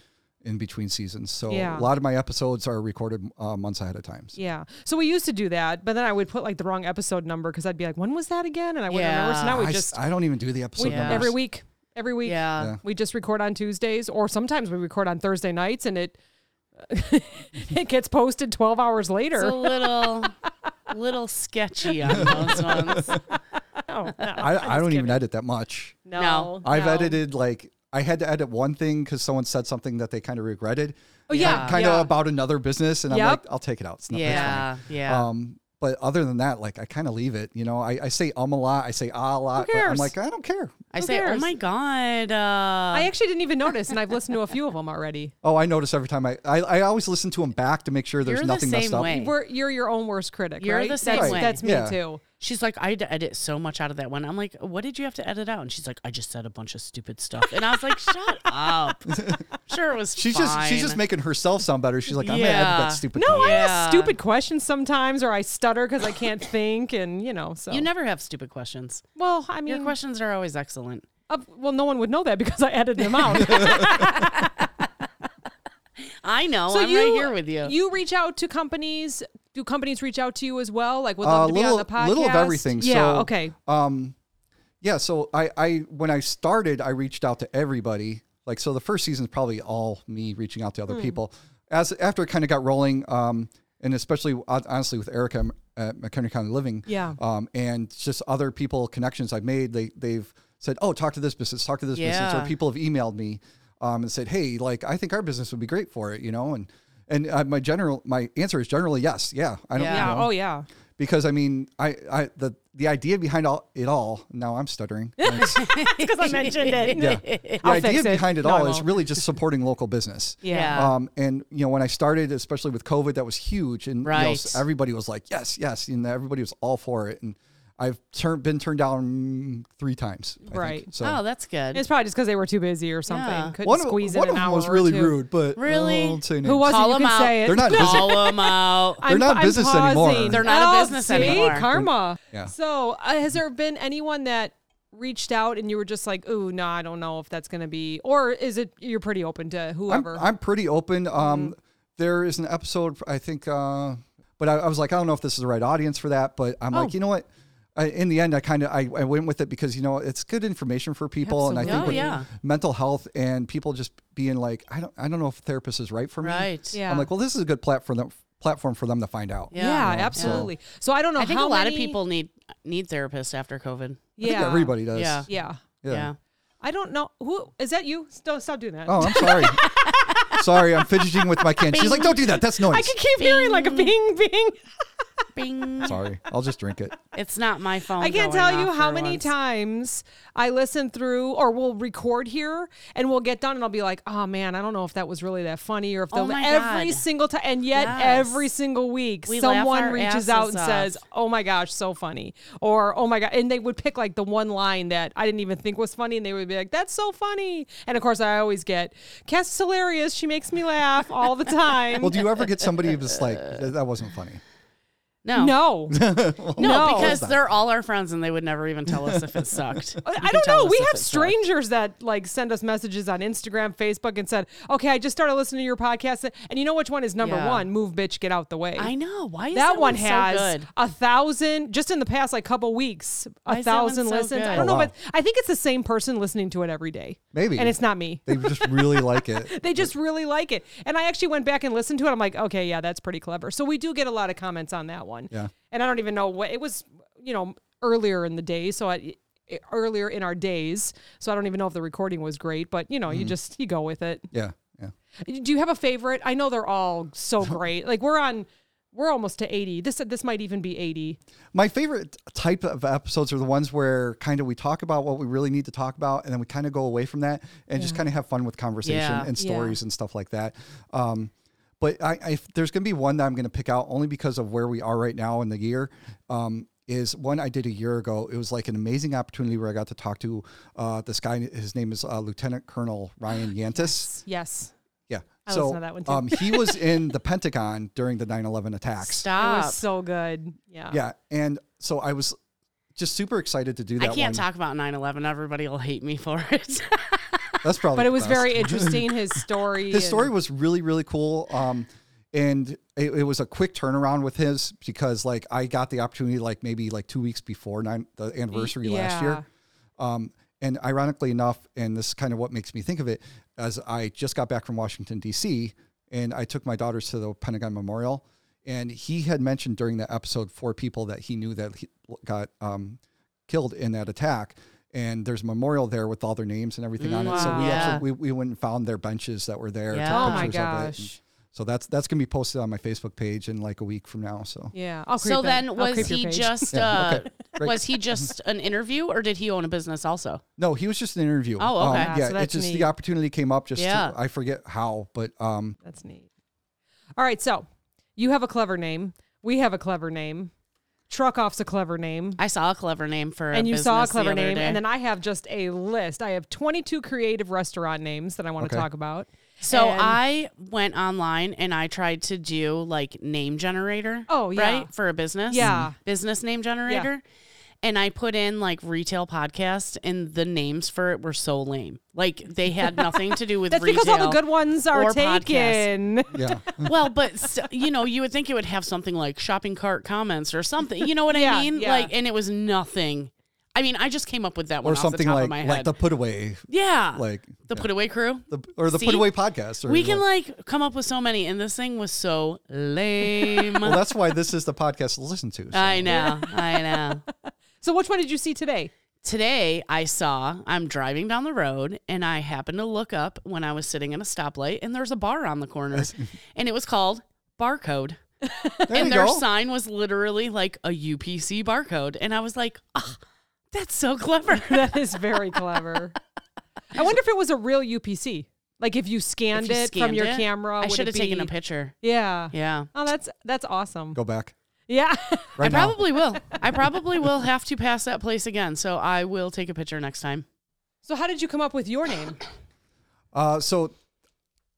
[SPEAKER 3] in between seasons. So
[SPEAKER 5] Yeah.
[SPEAKER 3] a lot of my episodes are recorded uh, months ahead of time. So-
[SPEAKER 5] yeah. So we used to do that, but then I would put like the wrong episode number because I'd be like, when was that again? And I wouldn't remember. So
[SPEAKER 4] Yeah.
[SPEAKER 5] now we
[SPEAKER 3] I,
[SPEAKER 5] just
[SPEAKER 3] I don't even do the episode
[SPEAKER 5] we,
[SPEAKER 4] Yeah.
[SPEAKER 3] numbers.
[SPEAKER 5] every week, every week,
[SPEAKER 4] Yeah.
[SPEAKER 3] Yeah.
[SPEAKER 5] we just record on Tuesdays, or sometimes we record on Thursday nights, and it it gets posted 12 hours later.
[SPEAKER 4] It's a little little sketchy on those ones.
[SPEAKER 5] no, no,
[SPEAKER 3] I, I don't even edit that much.
[SPEAKER 5] no,
[SPEAKER 3] I've
[SPEAKER 5] no.
[SPEAKER 3] edited like I had to edit one thing because someone said something that they kind of regretted.
[SPEAKER 5] Oh yeah,
[SPEAKER 3] Kind of
[SPEAKER 5] yeah.
[SPEAKER 3] about another business, and I'm
[SPEAKER 5] Yep.
[SPEAKER 3] like, I'll take it out. It's not, it's fine.
[SPEAKER 4] Yeah. Yeah.
[SPEAKER 3] Um, but other than that, like I kind of leave it. You know, I, I say um a lot, I say ah a lot, but I'm
[SPEAKER 5] cares?
[SPEAKER 3] like I don't care.
[SPEAKER 4] I
[SPEAKER 5] who
[SPEAKER 4] say, oh
[SPEAKER 5] cares?
[SPEAKER 4] my God. Uh,
[SPEAKER 5] I actually didn't even notice, and I've listened to a few of them already.
[SPEAKER 3] Oh, I notice every time I I, I always listen to them back to make sure there's
[SPEAKER 4] You're the
[SPEAKER 3] nothing messed
[SPEAKER 4] same
[SPEAKER 3] up.
[SPEAKER 4] way.
[SPEAKER 5] We're, you're your own worst critic.
[SPEAKER 4] You're
[SPEAKER 5] right?
[SPEAKER 4] the same
[SPEAKER 5] that's,
[SPEAKER 4] way.
[SPEAKER 5] That's me
[SPEAKER 3] Yeah.
[SPEAKER 5] too.
[SPEAKER 4] She's like, I had to edit so much out of that one. I'm like, what did you have to edit out? And she's like, I just said a bunch of stupid stuff. And I was like, shut up. Sure, it was.
[SPEAKER 3] She's just she's just
[SPEAKER 4] fine.
[SPEAKER 3] making herself sound better. She's like I'm gonna edit
[SPEAKER 4] Yeah.
[SPEAKER 3] that stupid.
[SPEAKER 5] No, I
[SPEAKER 3] thing.
[SPEAKER 5] ask
[SPEAKER 4] Yeah.
[SPEAKER 5] stupid questions sometimes, or I stutter because I can't think, and you know. So
[SPEAKER 4] You never have stupid questions.
[SPEAKER 5] Well, I
[SPEAKER 4] Your
[SPEAKER 5] mean,
[SPEAKER 4] questions are always excellent.
[SPEAKER 5] uh, well, no one would know that because I edited them out.
[SPEAKER 4] I know.
[SPEAKER 5] so
[SPEAKER 4] I'm
[SPEAKER 5] you
[SPEAKER 4] right here with you.
[SPEAKER 5] You reach out to companies. Do companies reach out to you as well? Like, would
[SPEAKER 3] Uh,
[SPEAKER 5] love to
[SPEAKER 3] little
[SPEAKER 5] be on the podcast.
[SPEAKER 3] little of everything.
[SPEAKER 5] Yeah.
[SPEAKER 3] So,
[SPEAKER 5] okay.
[SPEAKER 3] Um, yeah. So I I when I started, I reached out to everybody. Like so, the first season's probably all me reaching out to
[SPEAKER 5] Hmm.
[SPEAKER 3] other people. As after it kind of got rolling, um, and especially hon- honestly with Erica at McHenry County Living,
[SPEAKER 5] Yeah.
[SPEAKER 3] um, and just other people connections I've made. They they've said, "Oh, talk to this business, talk to this business,"
[SPEAKER 4] Yeah.
[SPEAKER 3] or people have emailed me um, and said, "Hey, like I think our business would be great for it," you know. And and uh, my general my answer is generally yes, yeah. I don't,
[SPEAKER 5] Yeah.
[SPEAKER 3] You know,
[SPEAKER 5] Oh, yeah.
[SPEAKER 3] because I mean, I I the the idea behind all it all. Now I'm stuttering. Thanks.
[SPEAKER 5] Because I mentioned it.
[SPEAKER 3] yeah, the
[SPEAKER 5] I'll
[SPEAKER 3] idea
[SPEAKER 5] fix it.
[SPEAKER 3] behind it
[SPEAKER 5] No, I
[SPEAKER 3] all is
[SPEAKER 5] won't.
[SPEAKER 3] really just supporting local business.
[SPEAKER 5] Yeah.
[SPEAKER 3] Um, and you know, when I started, especially with COVID, that was huge, and you know,
[SPEAKER 4] Right.
[SPEAKER 3] everybody was like, "Yes, yes," and everybody was all for it. And I've turned been turned down three times. I think.
[SPEAKER 5] Right.
[SPEAKER 3] So
[SPEAKER 4] Oh, that's good.
[SPEAKER 5] It's probably just because they were too busy or something.
[SPEAKER 4] Yeah.
[SPEAKER 5] Couldn't
[SPEAKER 3] one of,
[SPEAKER 5] squeeze
[SPEAKER 3] one
[SPEAKER 5] in
[SPEAKER 3] of
[SPEAKER 5] an
[SPEAKER 3] them
[SPEAKER 5] hour
[SPEAKER 3] was
[SPEAKER 5] or
[SPEAKER 3] really
[SPEAKER 5] two.
[SPEAKER 3] rude, but
[SPEAKER 4] Really?
[SPEAKER 3] I won't say
[SPEAKER 5] Who
[SPEAKER 3] names.
[SPEAKER 5] was
[SPEAKER 4] Call
[SPEAKER 5] it? You
[SPEAKER 4] 'em
[SPEAKER 5] can
[SPEAKER 4] out.
[SPEAKER 5] say it.
[SPEAKER 3] They're not busy.
[SPEAKER 4] Call them out.
[SPEAKER 5] I'm-
[SPEAKER 3] not
[SPEAKER 5] I'm
[SPEAKER 3] business anymore.
[SPEAKER 5] pausing.
[SPEAKER 4] They're not a
[SPEAKER 5] Oh,
[SPEAKER 4] business
[SPEAKER 5] see?
[SPEAKER 4] anymore.
[SPEAKER 5] Karma.
[SPEAKER 3] Yeah.
[SPEAKER 5] So, uh, has there been anyone that reached out and you were just like, "Ooh, no, I don't know if that's going to be," or is it you're pretty open to
[SPEAKER 3] I'm,
[SPEAKER 5] whoever?
[SPEAKER 3] I'm pretty open.
[SPEAKER 4] Mm-hmm.
[SPEAKER 3] Um, there is an episode I think, uh, but I, I was like, I don't know if this is the right audience for that, but I'm
[SPEAKER 4] Oh.
[SPEAKER 3] like, you know what? I, in the end, I kind of I, I went with it because you know it's good information for people, and I think with
[SPEAKER 4] Absolutely. Oh, yeah.
[SPEAKER 3] mental health and people just being like, I don't I don't know if therapist is right for me.
[SPEAKER 4] Right.
[SPEAKER 5] Yeah.
[SPEAKER 3] I'm like, well, this is a good platform them, platform for them to find out.
[SPEAKER 4] Yeah.
[SPEAKER 5] yeah, absolutely. So I don't know
[SPEAKER 4] I think
[SPEAKER 5] how
[SPEAKER 4] a lot
[SPEAKER 5] many-
[SPEAKER 4] of people need need therapists after COVID.
[SPEAKER 3] I think
[SPEAKER 5] Yeah,
[SPEAKER 3] everybody does.
[SPEAKER 4] Yeah.
[SPEAKER 5] Yeah,
[SPEAKER 3] Yeah.
[SPEAKER 4] yeah.
[SPEAKER 5] I don't know who is that. You stop, stop doing that.
[SPEAKER 3] Oh, I'm sorry. sorry, I'm fidgeting with my can. She's like, don't do that. That's noise.
[SPEAKER 5] I can keep hearing like a bing, bing.
[SPEAKER 4] Bing.
[SPEAKER 3] sorry, I'll just drink it.
[SPEAKER 4] It's not my phone.
[SPEAKER 5] I can't
[SPEAKER 4] going
[SPEAKER 5] tell you
[SPEAKER 4] off
[SPEAKER 5] how
[SPEAKER 4] for
[SPEAKER 5] many
[SPEAKER 4] once.
[SPEAKER 5] times I listen through or we'll record here and we'll get done and I'll be like, oh man, I don't know if that was really that funny or if
[SPEAKER 4] Oh
[SPEAKER 5] they'll
[SPEAKER 4] my
[SPEAKER 5] every
[SPEAKER 4] God.
[SPEAKER 5] single time. And yet
[SPEAKER 4] Yes.
[SPEAKER 5] every single week
[SPEAKER 4] We laugh
[SPEAKER 5] someone
[SPEAKER 4] our
[SPEAKER 5] reaches
[SPEAKER 4] asses
[SPEAKER 5] out and
[SPEAKER 4] off.
[SPEAKER 5] says, oh my gosh, so funny. Or, oh my God. And they would pick like the one line that I didn't even think was funny and they would be like, that's so funny. And of course I always get, Cass is hilarious. She makes me laugh all the time.
[SPEAKER 3] Well, do you ever get somebody who's just like, "That- that wasn't funny?
[SPEAKER 4] No.
[SPEAKER 5] no.
[SPEAKER 4] No,
[SPEAKER 5] No.
[SPEAKER 4] because they're all our friends and they would never even tell us if it sucked. You
[SPEAKER 5] I
[SPEAKER 4] can
[SPEAKER 5] don't
[SPEAKER 4] tell
[SPEAKER 5] know.
[SPEAKER 4] us
[SPEAKER 5] We
[SPEAKER 4] if it
[SPEAKER 5] have
[SPEAKER 4] sucked.
[SPEAKER 5] strangers that like send us messages on Instagram, Facebook, and said, "Okay, I just started listening to your podcast, and you know which one is number
[SPEAKER 4] Yeah.
[SPEAKER 5] one? Move, bitch, get out the way."
[SPEAKER 4] I know. Why is
[SPEAKER 5] that, one
[SPEAKER 4] so
[SPEAKER 5] has
[SPEAKER 4] good?
[SPEAKER 5] a thousand just in the past like couple weeks,
[SPEAKER 4] Why
[SPEAKER 5] a
[SPEAKER 4] is that one
[SPEAKER 5] thousand
[SPEAKER 4] so
[SPEAKER 5] listens.
[SPEAKER 4] good?
[SPEAKER 5] I don't
[SPEAKER 3] Oh,
[SPEAKER 5] know,
[SPEAKER 3] wow.
[SPEAKER 5] but I think it's the same person listening to it every day.
[SPEAKER 3] Maybe.
[SPEAKER 5] and it's not me.
[SPEAKER 3] They just really like it.
[SPEAKER 5] They just really like it. And I actually went back and listened to it. I'm like, okay, yeah, that's pretty clever. So we do get a lot of comments on that one.
[SPEAKER 3] Yeah.
[SPEAKER 5] And I don't even know what it was, you know, earlier in the day. So I, i- earlier in our days. So I don't even know if the recording was great, but you know,
[SPEAKER 3] Mm-hmm.
[SPEAKER 5] you just, you go with it.
[SPEAKER 3] Yeah. Yeah.
[SPEAKER 5] Do you have a favorite? I know they're all so great. Like we're on, we're almost to 80. This, this might even be 80.
[SPEAKER 3] My favorite type of episodes are the ones where kind of we talk about what we really need to talk about and then we kind of go away from that and just kind of have fun with conversation
[SPEAKER 4] Yeah.
[SPEAKER 3] and
[SPEAKER 5] Yeah.
[SPEAKER 3] stories and stuff like that. Um, but I, I, if there's going to be one that I'm going to pick out only because of where we are right now in the year. Um, is one I did a year ago. It was like an amazing opportunity where I got to talk to uh, this guy. His name is uh, Lieutenant Colonel Ryan Yantis.
[SPEAKER 5] Yes.
[SPEAKER 3] Yeah.
[SPEAKER 5] I
[SPEAKER 3] so
[SPEAKER 5] listened to that one too.
[SPEAKER 3] Um, he was in the Pentagon during the 9 11 attacks.
[SPEAKER 5] It
[SPEAKER 4] Stop.
[SPEAKER 5] was so good. Yeah.
[SPEAKER 3] Yeah. And so I was just super excited to do
[SPEAKER 4] I
[SPEAKER 3] that
[SPEAKER 4] can't
[SPEAKER 3] one.
[SPEAKER 4] talk about 9-11. Everybody will hate me for it.
[SPEAKER 3] That's probably
[SPEAKER 5] But it
[SPEAKER 3] the
[SPEAKER 5] was
[SPEAKER 3] best.
[SPEAKER 5] very interesting. His story.
[SPEAKER 3] His
[SPEAKER 5] and-
[SPEAKER 3] story was really, really cool. Um, and it, it was a quick turnaround with his because like I got the opportunity like maybe like two weeks before nine, the anniversary
[SPEAKER 5] yeah.
[SPEAKER 3] last year. Um, and ironically enough, and this is kind of what makes me think of it, as I just got back from Washington D.C. and I took my daughters to the Pentagon Memorial, and he had mentioned during that episode four people that he knew that he got um, killed in that attack. And there's a memorial there with all their names and everything on it. So we
[SPEAKER 4] Wow.
[SPEAKER 3] actually we, we went and found their benches that were there. took
[SPEAKER 4] Yeah.
[SPEAKER 5] Mm, Oh my
[SPEAKER 3] pictures of it, and
[SPEAKER 5] gosh.
[SPEAKER 3] So that's that's gonna be posted on my Facebook page in like a week from now. So
[SPEAKER 5] Yeah. I'll creep
[SPEAKER 4] so
[SPEAKER 5] it.
[SPEAKER 4] then
[SPEAKER 5] I'll
[SPEAKER 4] was
[SPEAKER 5] creep your
[SPEAKER 4] he
[SPEAKER 5] page.
[SPEAKER 4] just
[SPEAKER 3] Yeah,
[SPEAKER 4] uh,
[SPEAKER 3] okay, great.
[SPEAKER 4] was he just an interview or did he own a business also?
[SPEAKER 3] No, he was just an interview.
[SPEAKER 4] Oh, okay.
[SPEAKER 3] Um,
[SPEAKER 5] Yeah,
[SPEAKER 3] yeah,
[SPEAKER 5] Ah, so
[SPEAKER 3] it
[SPEAKER 5] that's
[SPEAKER 3] just
[SPEAKER 5] neat.
[SPEAKER 3] the opportunity came up. Just
[SPEAKER 4] Yeah.
[SPEAKER 3] to, I forget how, but um,
[SPEAKER 5] That's neat. All right, so you have a clever name. We have a clever name. Truck off's a clever name.
[SPEAKER 4] I saw a clever name for a
[SPEAKER 5] and you saw a
[SPEAKER 4] business the
[SPEAKER 5] clever
[SPEAKER 4] other
[SPEAKER 5] name.
[SPEAKER 4] day.
[SPEAKER 5] And then I have just a list. I have 22 creative restaurant names that I want
[SPEAKER 3] Okay.
[SPEAKER 5] to talk about.
[SPEAKER 4] So
[SPEAKER 5] And-
[SPEAKER 4] I went online and I tried to do like name generator.
[SPEAKER 5] Oh, yeah.
[SPEAKER 4] Right? For a business.
[SPEAKER 5] Yeah.
[SPEAKER 4] Business name generator. And I put in like retail podcast and the names for it were so lame. Like they had nothing to do with
[SPEAKER 5] That's
[SPEAKER 4] retail.
[SPEAKER 5] because all the good ones
[SPEAKER 4] or
[SPEAKER 5] are
[SPEAKER 4] podcast.
[SPEAKER 5] taken.
[SPEAKER 3] yeah,
[SPEAKER 4] well, but st- you know, you would think it would have something like shopping cart comments or something. You know what
[SPEAKER 5] Yeah,
[SPEAKER 4] I mean?
[SPEAKER 5] yeah.
[SPEAKER 4] Like and it was nothing. I mean, I just came up with that one
[SPEAKER 3] or
[SPEAKER 4] off
[SPEAKER 3] something
[SPEAKER 4] the top
[SPEAKER 3] like
[SPEAKER 4] of my
[SPEAKER 3] like
[SPEAKER 4] head.
[SPEAKER 3] the put away,
[SPEAKER 4] yeah.
[SPEAKER 3] like
[SPEAKER 4] the
[SPEAKER 3] yeah,
[SPEAKER 4] put away crew.
[SPEAKER 3] the or the
[SPEAKER 4] See?
[SPEAKER 3] put away podcast. Or
[SPEAKER 4] we can like come up with so many and this thing was so lame.
[SPEAKER 3] well, that's why this is the podcast to listen to. so.
[SPEAKER 4] I know. I know.
[SPEAKER 5] So which one did you see today?
[SPEAKER 4] Today, I saw I'm driving down the road and I happened to look up when I was sitting at a stoplight and there's a bar on the corner and it was called Barcode.
[SPEAKER 3] there
[SPEAKER 4] and
[SPEAKER 3] you
[SPEAKER 4] their
[SPEAKER 3] go.
[SPEAKER 4] sign was literally like a UPC barcode. And I was like, ah, that's so clever.
[SPEAKER 5] That is very clever. I wonder if it was a real UPC. Like if you scanned
[SPEAKER 4] If you
[SPEAKER 5] it from
[SPEAKER 4] scanned
[SPEAKER 5] your
[SPEAKER 4] it,
[SPEAKER 5] camera.
[SPEAKER 4] I
[SPEAKER 5] would
[SPEAKER 4] should
[SPEAKER 5] it
[SPEAKER 4] have taken a
[SPEAKER 5] be-
[SPEAKER 4] picture.
[SPEAKER 5] Yeah.
[SPEAKER 4] Yeah.
[SPEAKER 5] Oh, that's that's awesome.
[SPEAKER 3] go back.
[SPEAKER 5] Yeah.
[SPEAKER 3] right
[SPEAKER 4] I
[SPEAKER 3] now.
[SPEAKER 4] probably will. I probably will have to pass that place again. So I will take a picture next time.
[SPEAKER 5] so how did you come up with your name?
[SPEAKER 3] Uh, so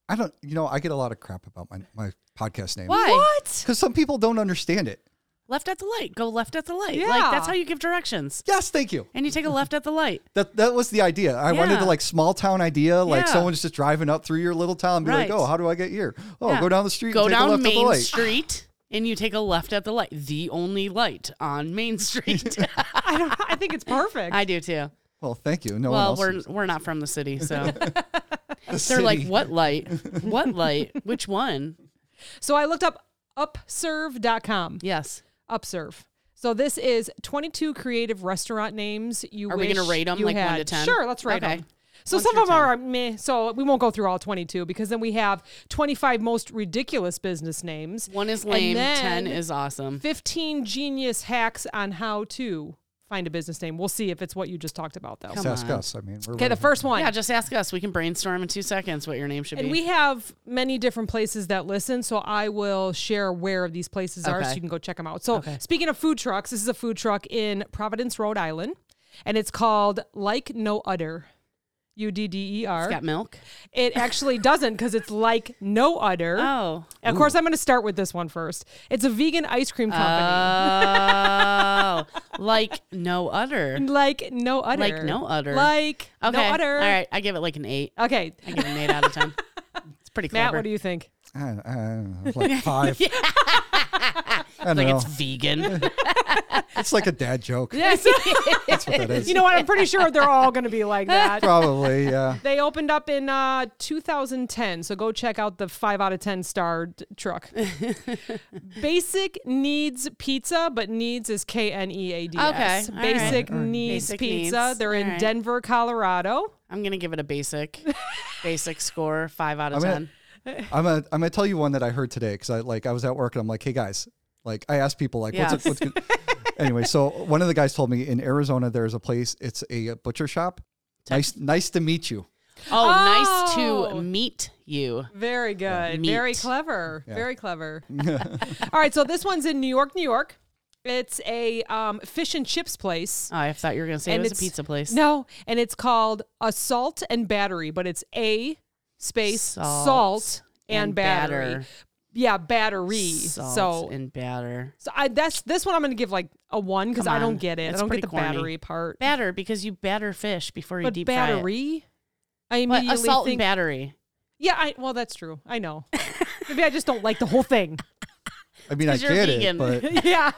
[SPEAKER 3] I don't, you know, I get a lot of crap about my, my podcast name
[SPEAKER 4] Why?
[SPEAKER 5] What?
[SPEAKER 3] because some people don't understand it.
[SPEAKER 4] Left at the light. Go left at the light.
[SPEAKER 5] Yeah.
[SPEAKER 4] Like that's how you give directions.
[SPEAKER 3] Yes, thank you.
[SPEAKER 4] And you take a left at the light.
[SPEAKER 3] That that was the idea. I wanted
[SPEAKER 4] Eh. Yeah.
[SPEAKER 3] to like small town idea, like
[SPEAKER 4] Yeah.
[SPEAKER 3] someone's just driving up through your little town, and be
[SPEAKER 4] Right.
[SPEAKER 3] like, oh, how do I get here? Oh,
[SPEAKER 4] Yeah.
[SPEAKER 3] go down the street,
[SPEAKER 4] Go
[SPEAKER 3] and take a
[SPEAKER 4] down
[SPEAKER 3] left at the
[SPEAKER 4] Main
[SPEAKER 3] light.
[SPEAKER 4] Street and you take a left at the light. The only light on Main Street.
[SPEAKER 5] I don't I think it's perfect.
[SPEAKER 4] I do too.
[SPEAKER 3] Well, thank you. No
[SPEAKER 4] well,
[SPEAKER 3] one
[SPEAKER 4] we're
[SPEAKER 3] else.
[SPEAKER 4] we're not from the city, so
[SPEAKER 3] They're
[SPEAKER 4] they're like, what light? What light? Which one?
[SPEAKER 5] so I looked up upserve.com.
[SPEAKER 4] Yes.
[SPEAKER 5] Upserve. So this is 22 creative restaurant names you
[SPEAKER 4] Are we
[SPEAKER 5] wish
[SPEAKER 4] gonna rate 'em,
[SPEAKER 5] you
[SPEAKER 4] like, one
[SPEAKER 5] had.
[SPEAKER 4] to 10?
[SPEAKER 5] Sure, let's rate
[SPEAKER 4] Okay.
[SPEAKER 5] them. So some of them are meh. So we won't go through all 22 because then we have 25 most ridiculous business names.
[SPEAKER 4] One is
[SPEAKER 5] And
[SPEAKER 4] lame,
[SPEAKER 5] then
[SPEAKER 4] ten is awesome.
[SPEAKER 5] 15 genius hacks on how to find a business name. We'll see if it's what you just talked about though.
[SPEAKER 3] Let's ask us. I mean, we're
[SPEAKER 5] Okay, the first one.
[SPEAKER 4] Yeah, just ask us. We can brainstorm in two seconds what your name should
[SPEAKER 5] And
[SPEAKER 4] be.
[SPEAKER 5] we have many different places that listen, so I will share where these places are so
[SPEAKER 4] Okay.
[SPEAKER 5] you can go check them out. So, speaking of food trucks, this is a food truck in Providence, Rhode Island, and it's called Like No Udder. U D D E
[SPEAKER 4] it's
[SPEAKER 5] R.
[SPEAKER 4] got milk.
[SPEAKER 5] It actually doesn't because it's like no udder.
[SPEAKER 4] Oh.
[SPEAKER 5] Of course, I'm going to start with this one first. It's a vegan ice cream company.
[SPEAKER 4] Uh, Oh, like no udder.
[SPEAKER 5] like no udder.
[SPEAKER 4] Like no udder.
[SPEAKER 5] Like
[SPEAKER 4] Okay.
[SPEAKER 5] no udder.
[SPEAKER 4] All right. I give it like an eight.
[SPEAKER 5] Okay.
[SPEAKER 4] I give it an eight out of ten. It's pretty clever.
[SPEAKER 5] Matt, what do you think?
[SPEAKER 3] I, I don't know, like five. I don't
[SPEAKER 4] like
[SPEAKER 3] know.
[SPEAKER 4] it's vegan.
[SPEAKER 3] It's like a dad joke.
[SPEAKER 5] Yes.
[SPEAKER 3] That's what that is.
[SPEAKER 5] you know what? I'm pretty sure they're all going to be like that.
[SPEAKER 3] Probably, yeah.
[SPEAKER 5] They opened up in uh, 2010, so go check out the five out of ten star d- truck. Basic needs pizza, but needs is K N E A D S.
[SPEAKER 4] Okay, all right.
[SPEAKER 5] Basic needs
[SPEAKER 4] Basic
[SPEAKER 5] pizza.
[SPEAKER 4] Needs,
[SPEAKER 5] They're in
[SPEAKER 4] all right.
[SPEAKER 5] Denver, Colorado.
[SPEAKER 4] I'm gonna give it a basic, basic score five out of
[SPEAKER 3] I'm gonna,
[SPEAKER 4] ten.
[SPEAKER 3] I'm gonna, I'm gonna tell you one that I heard today because I like I was at work and I'm like, hey guys, like I asked people like, what's,
[SPEAKER 4] Yeah.
[SPEAKER 3] it, what's good? anyway? So one of the guys told me in Arizona there's a place, it's a butcher shop. Nice, nice to meet you.
[SPEAKER 4] Oh, nice
[SPEAKER 5] Oh.
[SPEAKER 4] to meet you.
[SPEAKER 5] Very good.
[SPEAKER 4] Meat.
[SPEAKER 5] Very clever. Very clever. All right, so this one's in New York, New York. It's a um, fish and chips place.
[SPEAKER 4] Oh, I thought you were gonna say
[SPEAKER 5] And
[SPEAKER 4] it was a
[SPEAKER 5] it's-
[SPEAKER 4] pizza place.
[SPEAKER 5] No, and it's called Assault and Battery, but it's A space
[SPEAKER 4] Salt
[SPEAKER 5] salt, and, battery.
[SPEAKER 4] batter.
[SPEAKER 5] Yeah, battery.
[SPEAKER 4] Salt
[SPEAKER 5] so,
[SPEAKER 4] and batter.
[SPEAKER 5] so I that's this one I'm going to give like a 1 cuz
[SPEAKER 4] Come
[SPEAKER 5] I
[SPEAKER 4] on.
[SPEAKER 5] don't get it.
[SPEAKER 4] It's
[SPEAKER 5] I don't
[SPEAKER 4] pretty
[SPEAKER 5] get the
[SPEAKER 4] corny.
[SPEAKER 5] battery part.
[SPEAKER 4] Batter because you batter fish before you
[SPEAKER 5] but
[SPEAKER 4] deep fry it.
[SPEAKER 5] battery? I
[SPEAKER 4] What
[SPEAKER 5] immediately
[SPEAKER 4] assault
[SPEAKER 5] think
[SPEAKER 4] and battery?
[SPEAKER 5] Yeah, I well that's true. I know. Maybe I just don't like the whole thing.
[SPEAKER 3] I mean, I
[SPEAKER 4] 'cause you're
[SPEAKER 3] get
[SPEAKER 4] vegan.
[SPEAKER 3] it, but
[SPEAKER 5] yeah.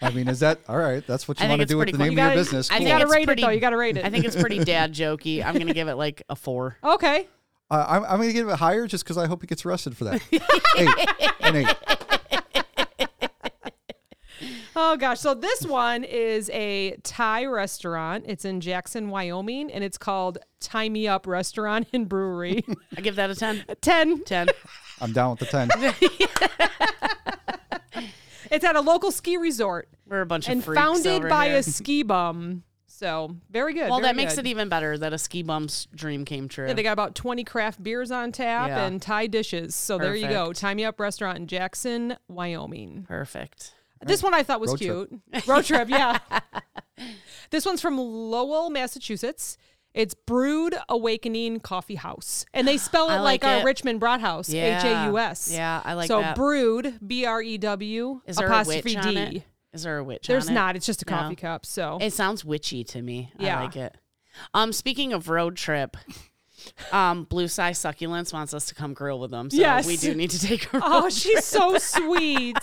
[SPEAKER 3] I mean, is that all right? That's what
[SPEAKER 4] I
[SPEAKER 3] you
[SPEAKER 4] think
[SPEAKER 3] want to
[SPEAKER 4] it's
[SPEAKER 3] do with
[SPEAKER 4] pretty
[SPEAKER 3] the
[SPEAKER 4] cool. You
[SPEAKER 3] name of your
[SPEAKER 5] gotta-
[SPEAKER 3] business?
[SPEAKER 4] I
[SPEAKER 5] You
[SPEAKER 4] think
[SPEAKER 3] Cool.
[SPEAKER 5] got to
[SPEAKER 4] it's
[SPEAKER 5] rate
[SPEAKER 4] pretty-
[SPEAKER 5] it though. You got to rate it.
[SPEAKER 4] I think it's pretty dad jokey. I'm gonna give it like a four.
[SPEAKER 5] Okay.
[SPEAKER 3] Uh, I'm, I'm gonna give it higher just because I hope he gets arrested for that. eight, an eight.
[SPEAKER 5] Oh gosh. So this one is a Thai restaurant. It's in Jackson, Wyoming, and it's called Tie Me Up Restaurant and Brewery.
[SPEAKER 4] I give that a ten.
[SPEAKER 5] 10.
[SPEAKER 4] Ten.
[SPEAKER 3] I'm down with the ten.
[SPEAKER 5] It's at a local ski resort
[SPEAKER 4] We're a bunch of
[SPEAKER 5] and
[SPEAKER 4] freaks over
[SPEAKER 5] founded by
[SPEAKER 4] here.
[SPEAKER 5] a ski bum. So very good.
[SPEAKER 4] Well,
[SPEAKER 5] very
[SPEAKER 4] that makes
[SPEAKER 5] good.
[SPEAKER 4] it even better that a ski bump's dream came true.
[SPEAKER 5] Yeah, they got about 20 craft beers on tap
[SPEAKER 4] Yeah.
[SPEAKER 5] and Thai dishes. So there you go.
[SPEAKER 4] Perfect.
[SPEAKER 5] Tie Me Up Restaurant in Jackson, Wyoming.
[SPEAKER 4] Perfect.
[SPEAKER 5] This one I thought was
[SPEAKER 3] Road trip.
[SPEAKER 5] cute. Road trip, yeah. this one's from Lowell, Massachusetts. It's Brewed Awakening Coffee House. And they spell it
[SPEAKER 4] I
[SPEAKER 5] like,
[SPEAKER 4] like
[SPEAKER 5] our
[SPEAKER 4] it.
[SPEAKER 5] Richmond Brat House,
[SPEAKER 4] Yeah.
[SPEAKER 5] H A U S.
[SPEAKER 4] Yeah, I like
[SPEAKER 5] so
[SPEAKER 4] that.
[SPEAKER 5] Brewed, B R E W,
[SPEAKER 4] Is there
[SPEAKER 5] apostrophe
[SPEAKER 4] a witch on
[SPEAKER 5] D.
[SPEAKER 4] it? Is there a witch
[SPEAKER 5] There's
[SPEAKER 4] on it?
[SPEAKER 5] not. It's just a
[SPEAKER 4] No.
[SPEAKER 5] coffee cup. So
[SPEAKER 4] It sounds witchy to me.
[SPEAKER 5] Yeah.
[SPEAKER 4] I like it. Um, speaking of road trip, um, Blue Sky Succulents wants us to come grill with them. So
[SPEAKER 5] Yes.
[SPEAKER 4] we do need to take her.
[SPEAKER 5] Oh, she's so sweet.